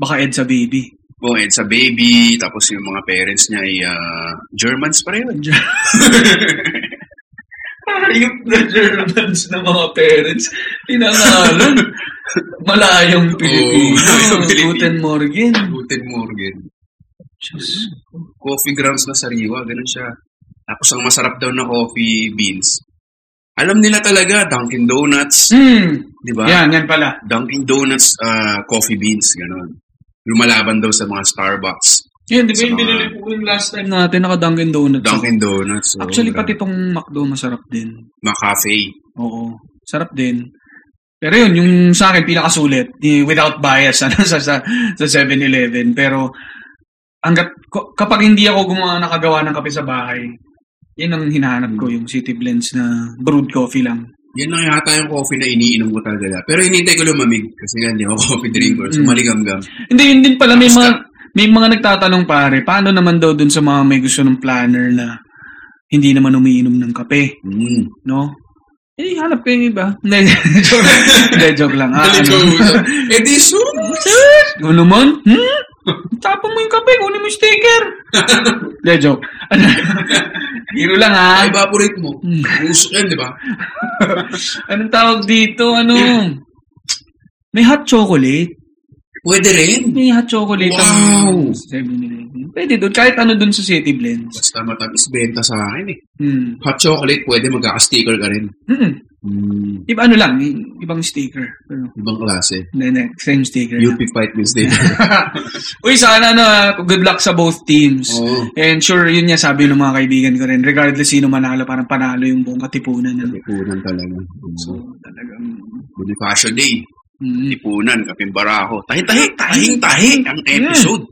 Baka Ed sa baby.
Oh, and sa baby, tapos yung mga parents niya ay ah, Germans pa rin.
Ayup na Germans ng mga parents. Pinangalan. Malayang
Pilipino.
Pilipino.
Guten
Guten Morgen.
Guten Morgen. coffee grounds na sariwa, ganun siya. Tapos ang masarap daw na coffee beans. Alam nila talaga, Dunkin' Donuts,
Hmm.
di ba?
Yan, yan pala.
Dunkin' Donuts ah, coffee beans, ganun. Lumalaban daw sa mga Starbucks.
Yan, di ba
Sa
yung
mga-
binili ko yung last time natin naka Dunkin' Donuts.
Dunkin' Donuts. oh,
Actually,
grabe.
pati tong McDo masarap din.
Mga cafe.
Oo. Sarap din. Pero yun, yung sa akin, pinakasulit. Di- Without bias, ano, sa, sa, sa 7-Eleven. Pero, hanggat, ko- kapag hindi ako gumawa, nakagawa ng kape sa bahay, yun ang hinahanap
Hmm.
ko, yung City Blends na brewed coffee lang.
Yan lang yata yung coffee na iniinom ko talaga. Pero hinintay ko lumamig kasi nga hindi ako coffee drinker. So,
Mm.
maligam-gam.
Hindi, yun din pala, may mga, may mga nagtatanong pare, paano naman daw dun sa mga may gusto ng planner na hindi naman umiinom ng kape?
Mm.
no? Eh, hanap kayo yung iba. Hindi, joke, Hindi, joke lang. Ah,
Galing
ano?
ko. Eh di, so,
Ano naman? Hmm? Tapon mo yung kape, kunin mo yung sticker. Hindi, joke. Ano? Biro lang ah. ha.
evaporate mo.
Mm.
Uso yan, di ba?
Anong tawag dito? Ano? May hot chocolate.
Pwede rin.
May hot chocolate.
Wow!
ang 7-Eleven. Pwede doon. Kahit ano doon sa City Blends.
Basta matamis, benta sa akin eh.
Hmm.
hot chocolate, pwede magkaka-sticker ka rin.
Mm-mm.
Mm,
Iba ano lang, i- ibang sticker. Pero,
ibang klase.
hindi, hindi. Same sticker.
UP
lang.
Fight Wednesday.
Uy, sana ano, ah, good luck sa both teams.
Oo.
And sure, yun nga sabi ng mga kaibigan ko rin, regardless sino manalo, parang panalo yung buong katipunan. Ano?
Katipunan talaga.
So, talagang
Hmm, Bonifacio Day,
Mm.
Lipunan, Kapimbaraho. Tahi-tahi, Hmm. tahing-tahi ang episode.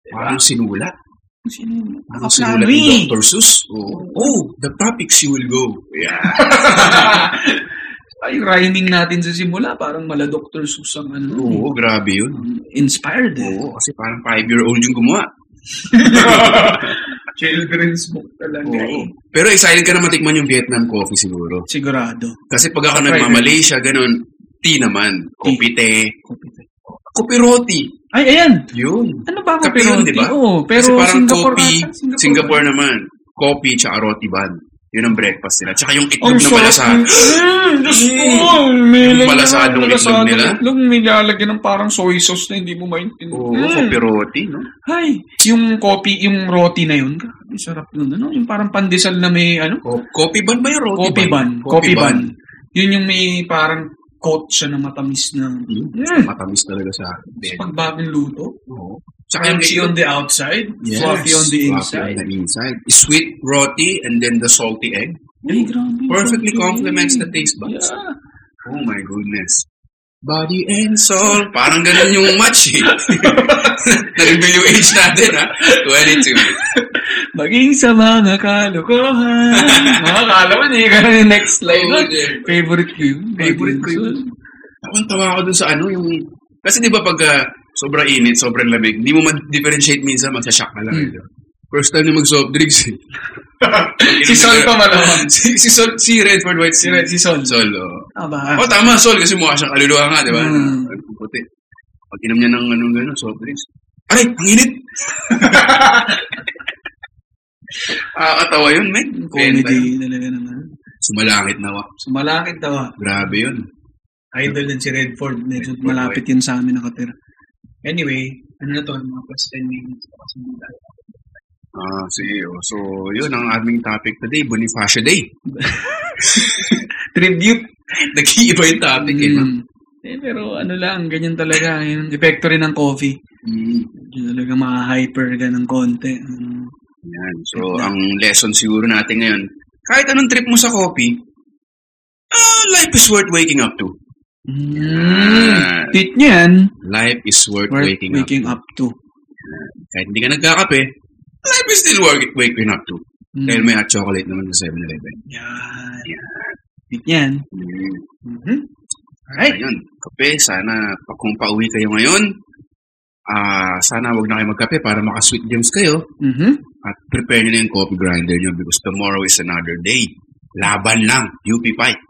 Diba?
Parang sinulat.
Sino?
Parang sinulat ni Dr. Seuss. Oo. Oh, the topics you will go. Yeah.
Ay, rhyming natin sa simula. Parang mala Dr. Seuss ang ano.
Oo, grabe yun.
Inspired eh.
Oo, kasi parang five-year-old yung gumawa.
Children's book talaga eh.
Oo. Pero excited ka na matikman yung Vietnam coffee siguro.
Sigurado.
Kasi pag ako
Sa
nagmamalaysia, ganun, tea naman. Kopi te. Kopi roti.
Ay, ayan!
Yun.
Ano ba ako
Kape yun, di ba?
Oo,
Kasi
pero
parang
Singapore
kopi,
ata,
Singapore, naman. Kopi tsaka roti bun. Yun ang breakfast nila. Tsaka yung itlog
Ang
na malasa.
sarap. Mm, Diyos ko! May
Yung
lagyan
malasadong
ng
itlog
malasadong
nila?
Itlog, may lalagyan ng parang soy sauce na hindi mo maintindihan.
Oo,
Mm.
kopi roti, no?
Ay, yung kopi, yung roti na yun, grabe, sarap nun. Ano? Yung parang pandesal na may, ano?
Ko- Kopi bun ba yung roti
Kopi ban.
Kopi
Kopi
bun.
ban. Yun yung may parang coat siya na matamis na
Yun.
Mm.
Matamis talaga sa akin.
pag bagong luto.
Oo. Tsaka yung
Crunchy on the outside,
Yes.
fluffy on the
Fluffy
inside.
on the inside. Sweet roti and then the salty egg.
Ay, grabe.
Perfectly
grabe.
complements the taste buds.
Yeah.
Oh my goodness. Body and soul. Parang ganun yung match eh. Na-reveal yung age natin ha. 22.
Maging sa mga kalokohan. mga kalaman, eh. Ganun yung next line.
Oh,
nun.
dear.
Favorite ko yun.
Favorite ko yun. Tawang tawa ako dun sa ano yung... Kasi di ba pag ah, sobrang init, sobrang lamig, di mo ma-differentiate minsan, magsashock
Hmm.
na lang. eh, di ba? First time na mag-soft drinks eh.
Si Sol pa malamang.
si, si Sol, si Redford White. Si,
Si Sol.
Sol, oo.
Aba.
Oh, tama, Sol, kasi mukha siyang kaluluwa nga, di ba?
Mm.
Ang Puti. Pag inom niya ng anong gano'n, soft drinks. Aray, ang init! Nakakatawa yun, men. Kwenta yun.
Comedy talaga naman.
Sumalangit na wa.
Sumalakit daw ah.
Grabe yun.
Idol din si Redford. Medyo
Redford,
malapit yun sa amin nakatira. Anyway, ano na to? Mga past 10 minutes pa kasi mula.
Ah, sige. oh. So, yun ang aming topic today, Bonifacio Day.
Tribute.
Nag-iiba yung topic, eh. no?
Mm. Eh, pero ano lang, ganyan talaga. Yun, epekto rin ng coffee.
Mm.
Yun talaga maka-hyper ka ng konti. Mm.
Yan. So, ang lesson siguro natin ngayon, kahit anong trip mo sa coffee, ah, life is worth waking up to.
Mm. Tweet niya yan.
Ah, Life is worth,
Worth
waking,
waking, up.
up.
to.
Kahit hindi ka nagkakape, life is still worth waking up to.
Mm.
Dahil may hot chocolate naman sa 7-Eleven.
Yan. Tweet niya yan.
Mm.
Mhm.
Alright. Ayun. Kape, sana pa- kung pauwi kayo ngayon, ah sana wag na kayo magkape para maka-sweet dreams kayo.
Mhm.
At prepare nyo na yung coffee grinder nyo because tomorrow is another day. Laban lang. UP fight.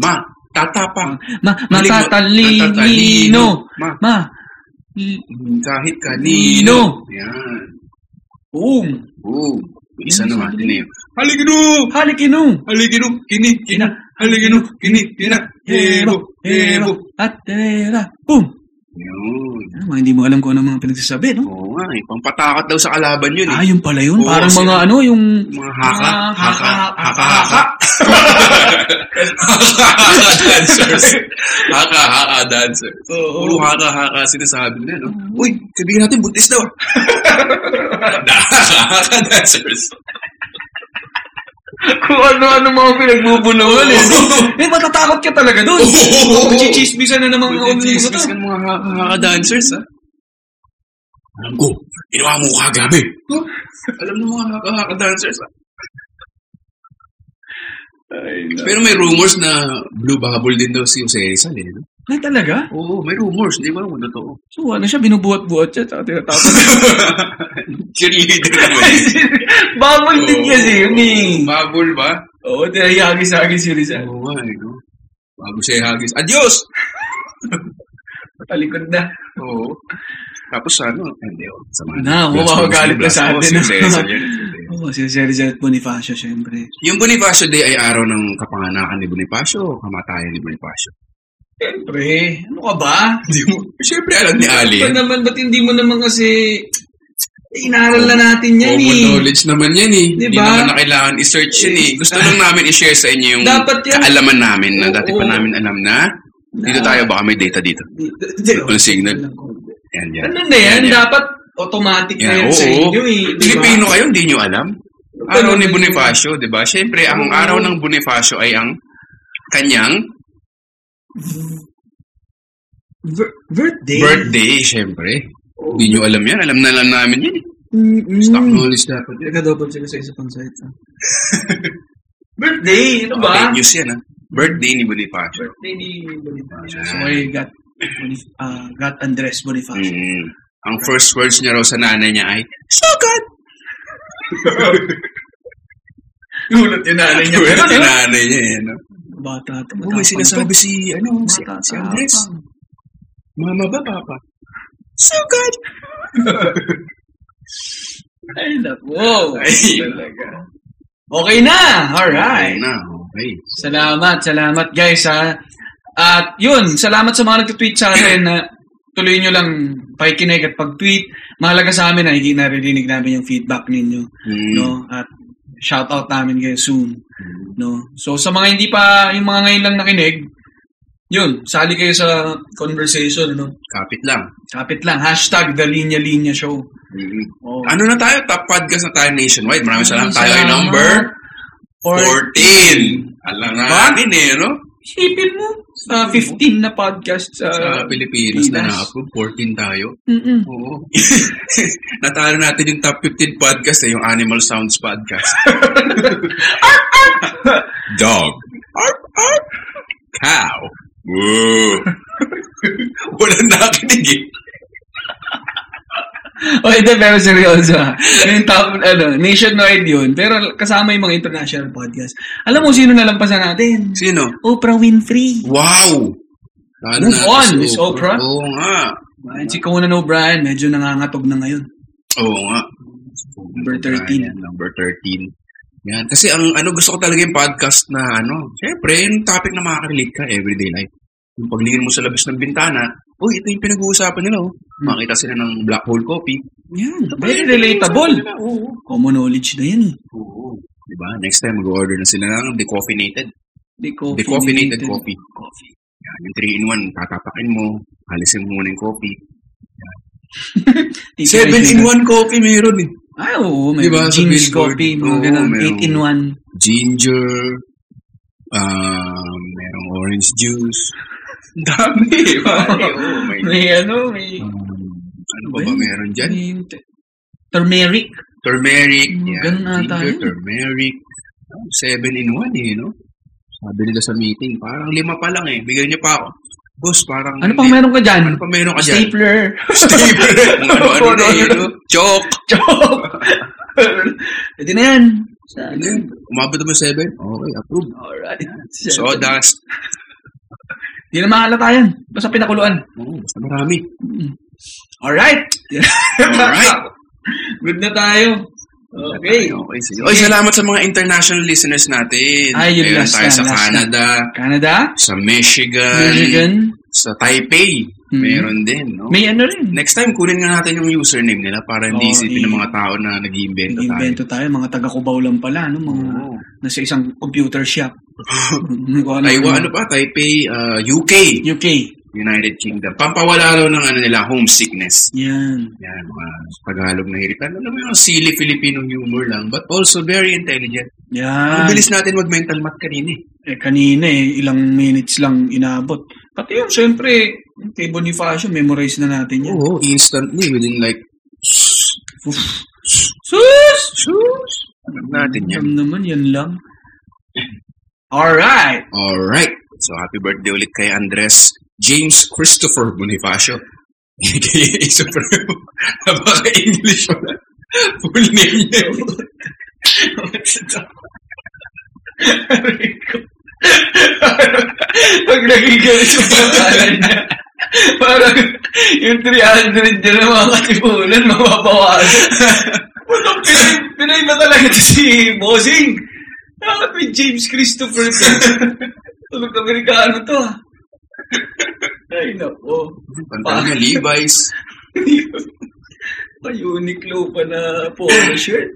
Ma, tatapang.
Ma matatalino.
Ma,
Ma. l-
kahit kanino. Yan.
Boom.
Boom. Yung Isa
Yan,
naman,
sabi
din yun. Haligino!
Halikino.
Haligino! Kini! Kina! Haligino! Kini! Kina! Hebo! Hebo!
At tera. Boom.
Yun.
Ah, mga hindi mo alam kung ano mga pinagsasabi, no?
Oo nga eh. Pampatakot daw sa kalaban yun eh.
Ah, yung pala yun.
Oo,
Parang
kasi-
mga ano, yung...
Mga haka.
Ah,
Haka.
haka,
Haka. Haka. Haka dancers. Haka. Haka dancers. Puro haka. Haka sinasabi nila, no? Uy, sabihin natin, buntis daw. Haka. Haka dancers.
Kung ano-ano mga pinagbubulungan,
eh, no?
Eh, matatakot ka talaga doon.
Oo.
Kuchichismisan na naman mga ulo
Buntis ka ng eh, mga haka. Haka dancers, ha? Alam ko, ginawa mo ko kagabi. Huh? Alam mo mga haka. Haka dancers, ha? Pero may rumors na Blue Bubble din daw si Jose Rizal, eh. no?
Ay, talaga?
Oo, may rumors. Hindi ko alam kung totoo.
So, ano siya, binubuhat-buhat siya, tsaka tinatapos.
Cheerleader naman.
Bubble din kasi yun eh.
Mabul ba?
Oo, tinayagis-agis si Rizal.
Oo nga, eh, no? Bago siya ihagis. Adios!
Patalikod na.
Oo. Tapos ano, hindi oh, sama
Na, mawawagalit na sa atin.
Oh, si Cesar yan.
Oo, si si Rizal at Bonifacio, syempre.
Yung Bonifacio Day ay araw ng kapanganakan ni Bonifacio o kamatayan ni Bonifacio?
Syempre, ano ka ba?
Hindi mo, syempre alam ni Ali.
Ito
yan.
naman, ba't hindi mo naman kasi... Inaral na natin yan
Common
eh.
knowledge naman yan eh. Hindi
Diba? Ah.
naman na kailangan i-search yun eh. Gusto lang namin i-share sa inyo yung
Dapat yan.
kaalaman namin na
Oo.
dati pa namin alam na dito
Na-
tayo baka may data dito. Walang signal. Yan, yan.
Ano na yan? Dapat automatic na yan
oo.
sa inyo eh. Ano di ba?
Pilipino kayo, hindi nyo alam. Araw ni diba? Bonifacio, di ba? Siyempre, ang
Oo.
araw ng Bonifacio ay ang kanyang
Ver- birthday?
Birthday, syempre. Hindi nyo alam yan. Alam na alam namin yan. eh.
Hmm.
Stock
Mm-mm.
knowledge dapat. yan.
Nagka-double check sa isang site. ah. birthday!
Diba?
Ano
Okay,
ba?
news yan ha. Birthday ni Bonifacio.
Birthday ni Bonifacio.
Ah, So, I got, Bonif- ah, got Andres Bonifacio.
Mm. Ang first words niya raw sa nanay niya ay, Sugat!
Gulat yung nanay niya.
Pero yung nanay niya eh. No?
Bata. to,
Oh, may
matapang
sinasabi
to.
si, ano, si,
Bata,
si Andres.
tapang.
Mama ba, papa? Sugat!
Ay, nako.
Ay,
Okay na! Alright.
Ay, na, okay.
Salamat, salamat guys ha. At yun, salamat sa mga nag-tweet sa atin na tuloy nyo lang pakikinig at pag-tweet. Mahalaga sa amin na hindi naririnig namin yung feedback ninyo.
Mm.
No? At shoutout namin kayo soon. No? So sa mga hindi pa, yung mga ngayon lang nakinig, yun, sali kayo sa conversation. No?
Kapit lang.
Kapit lang, hashtag The Linya Linya Show.
Mm.
Oh.
Ano na tayo? Top podcast na tayo nationwide. Maraming salamat. Tayo ay
Salamat.
number
Or
14. Alam nga natin eh, no?
isipin mo, sa 15 na podcast sa...
Sa Pilipinas
Uh, Pinas.
na na-approve. 14 tayo.
Mm-mm.
Oo. Natalo natin yung top 15 podcast eh, yung Animal Sounds podcast. Dog. Arp, arp. Cow. Woo. Walang nakinig eh.
O, Oh, hindi, pero seryoso. ha. Ano yung top, ano, nationwide yun. Pero kasama yung mga international podcast. Alam mo, sino nalampasan natin?
Sino?
Oprah Winfrey.
Wow! Lalo
Move
na
on,
si
Miss Oprah.
Oo nga.
Ayan, si Conan O'Brien, medyo nangangatog na ngayon.
Oo nga.
Number 13.
Ayan, number 13. Yan. Kasi ang ano gusto ko talaga yung podcast na ano, syempre, yung topic na makakarelate ka everyday life. Yung paglingin mo sa labas ng bintana, uy, ito yung pinag-uusapan nila. Oh. Makita sila ng black hole coffee.
Yan, very relatable.
Oo.
Common knowledge na yan eh.
Oo. Diba? Next time, mag-order na sila ng decaffeinated.
Decaffeinated,
Decaffeinated coffee.
coffee.
Yan, yung 3-in-1, tatapakin mo, alisin mo muna yung coffee.
Tita Regina.
7-in-1 coffee meron eh.
Ah, oo. May
Diba, sa
James
Billboard?
coffee, mga
Oo,
ganun.
meron.
8 in 1.
ginger, um, merong orange juice. Ang dami, pare. Oh, my God.
May ano, may...
Um, ano ba ba meron dyan?
may t- turmeric.
Turmeric.
Mm,
Yan,
ganun nga
ginger,
tayo.
turmeric. Oh, seven in one eh, no? Sabi nila sa meeting, parang lima pa lang eh. Bigyan niyo pa ako. Boss, parang...
Ano pang meron ka dyan?
Ano pang meron ka dyan?
Stapler.
Staple. Kung ano-ano na eh, no? Chok.
Joke! Pwede na yan.
Ano yun? Umabot mo seven? Okay, approved.
Alright. So,
Sawdust.
di na makalata yan. Basta pinakuluan.
Oo, Oh, basta marami.
Alright.
Alright.
Good na tayo. Okay.
Okay, sige. Oy, salamat sa mga international listeners natin.
Ay, yun,
Meron
last
tayo
na, last
sa
na.
Canada,
Canada,
sa Michigan,
Michigan.
sa Taipei.
Mhm.
Meron din, no?
May ano rin.
Next time, kunin nga natin yung username nila para hindi
Oo,
isipin
eh.
ng mga tao na nag-iimbento tayo. Oh.
Invento tayo. Mga taga-Cubao lang pala. Ano, mga
Oo.
nasa isang computer shop. Ano,
Taiwan, ano pa? Taipei, ah, UK,
UK.
United Kingdom. Pampawala raw ng ano nila, homesickness.
Yan.
Yan, mga Tagalog na hiritan. Alam mo yung silly Filipino humor lang, but also very intelligent.
Yan.
Ang bilis natin mag-mental math kanina eh.
Eh, kanina eh, ilang minutes lang inabot. Pati yun, syempre, kay Bonifacio, memorize na natin yan.
Oo, instantly, within like
Sus!
Sus! Alam natin yan.
Alam naman, yan lang. Alright!
Alright. So, happy birthday ulit kay Andres James Christopher Bonifacio. Kaya Supremo. Napaka-English mo na. Full name niya.
Pag nagigil sa pangalan niya, parang yung 300 niya na mga katipunan, mababawasan. Putok, Pinay, Pinay na talaga to si Bossing. Bakit may James Christopher to? Tulog na Amerikano to ah. Ay, nako.
Pantala niya, Levi's.
Pa-Uniqlo pa na polo shirt.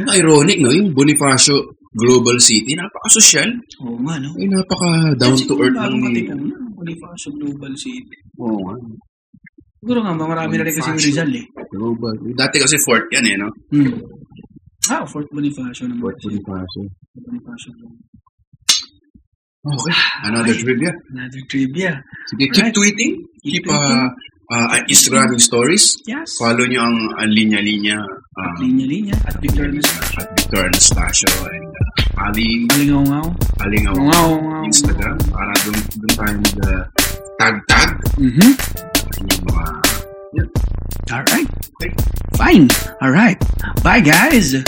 Ang ironic, no? Yung Bonifacio Global City, napaka-social.
Oo nga, no?
Ay, napaka-down to earth eh. ng
ng
name.
na. Bonifacio Global City.
Oo nga.
Siguro nga, marami na rin kasi yung
Bonifacio.
Rizal eh.
Global. Dati kasi Fort yan, eh, no?
Hmm. Ah, Fort Bonifacio naman.
Bonifacio.
Bonifacio.
Okay. Another trivia.
Another trivia.
Sige, keep
Alright.
tweeting. Keep,
Keep
uh, uh, Instagramming stories.
Yes.
Follow nyo ang uh, linya-linya. Uh,
Linya-linya. At Victor Luis.
at Victor Anastasio and uh, Ali
Malingaw-ngaw.
Alingaw
Ngaw-ngaw.
Instagram para doon doon tayo mag uh, tag-tag
Mm-hmm.
yung mga
Alright. Fine. Alright. Bye, guys.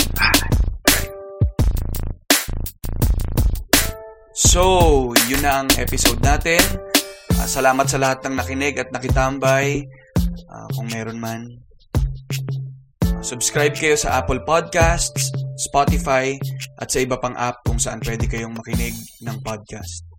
So, yun na ang episode natin. Ah, salamat sa lahat ng nakinig at nakitambay. Ah, kung meron man. Subscribe kayo sa Apple Podcasts, Spotify, at sa iba pang app kung saan pwede kayong makinig ng podcast.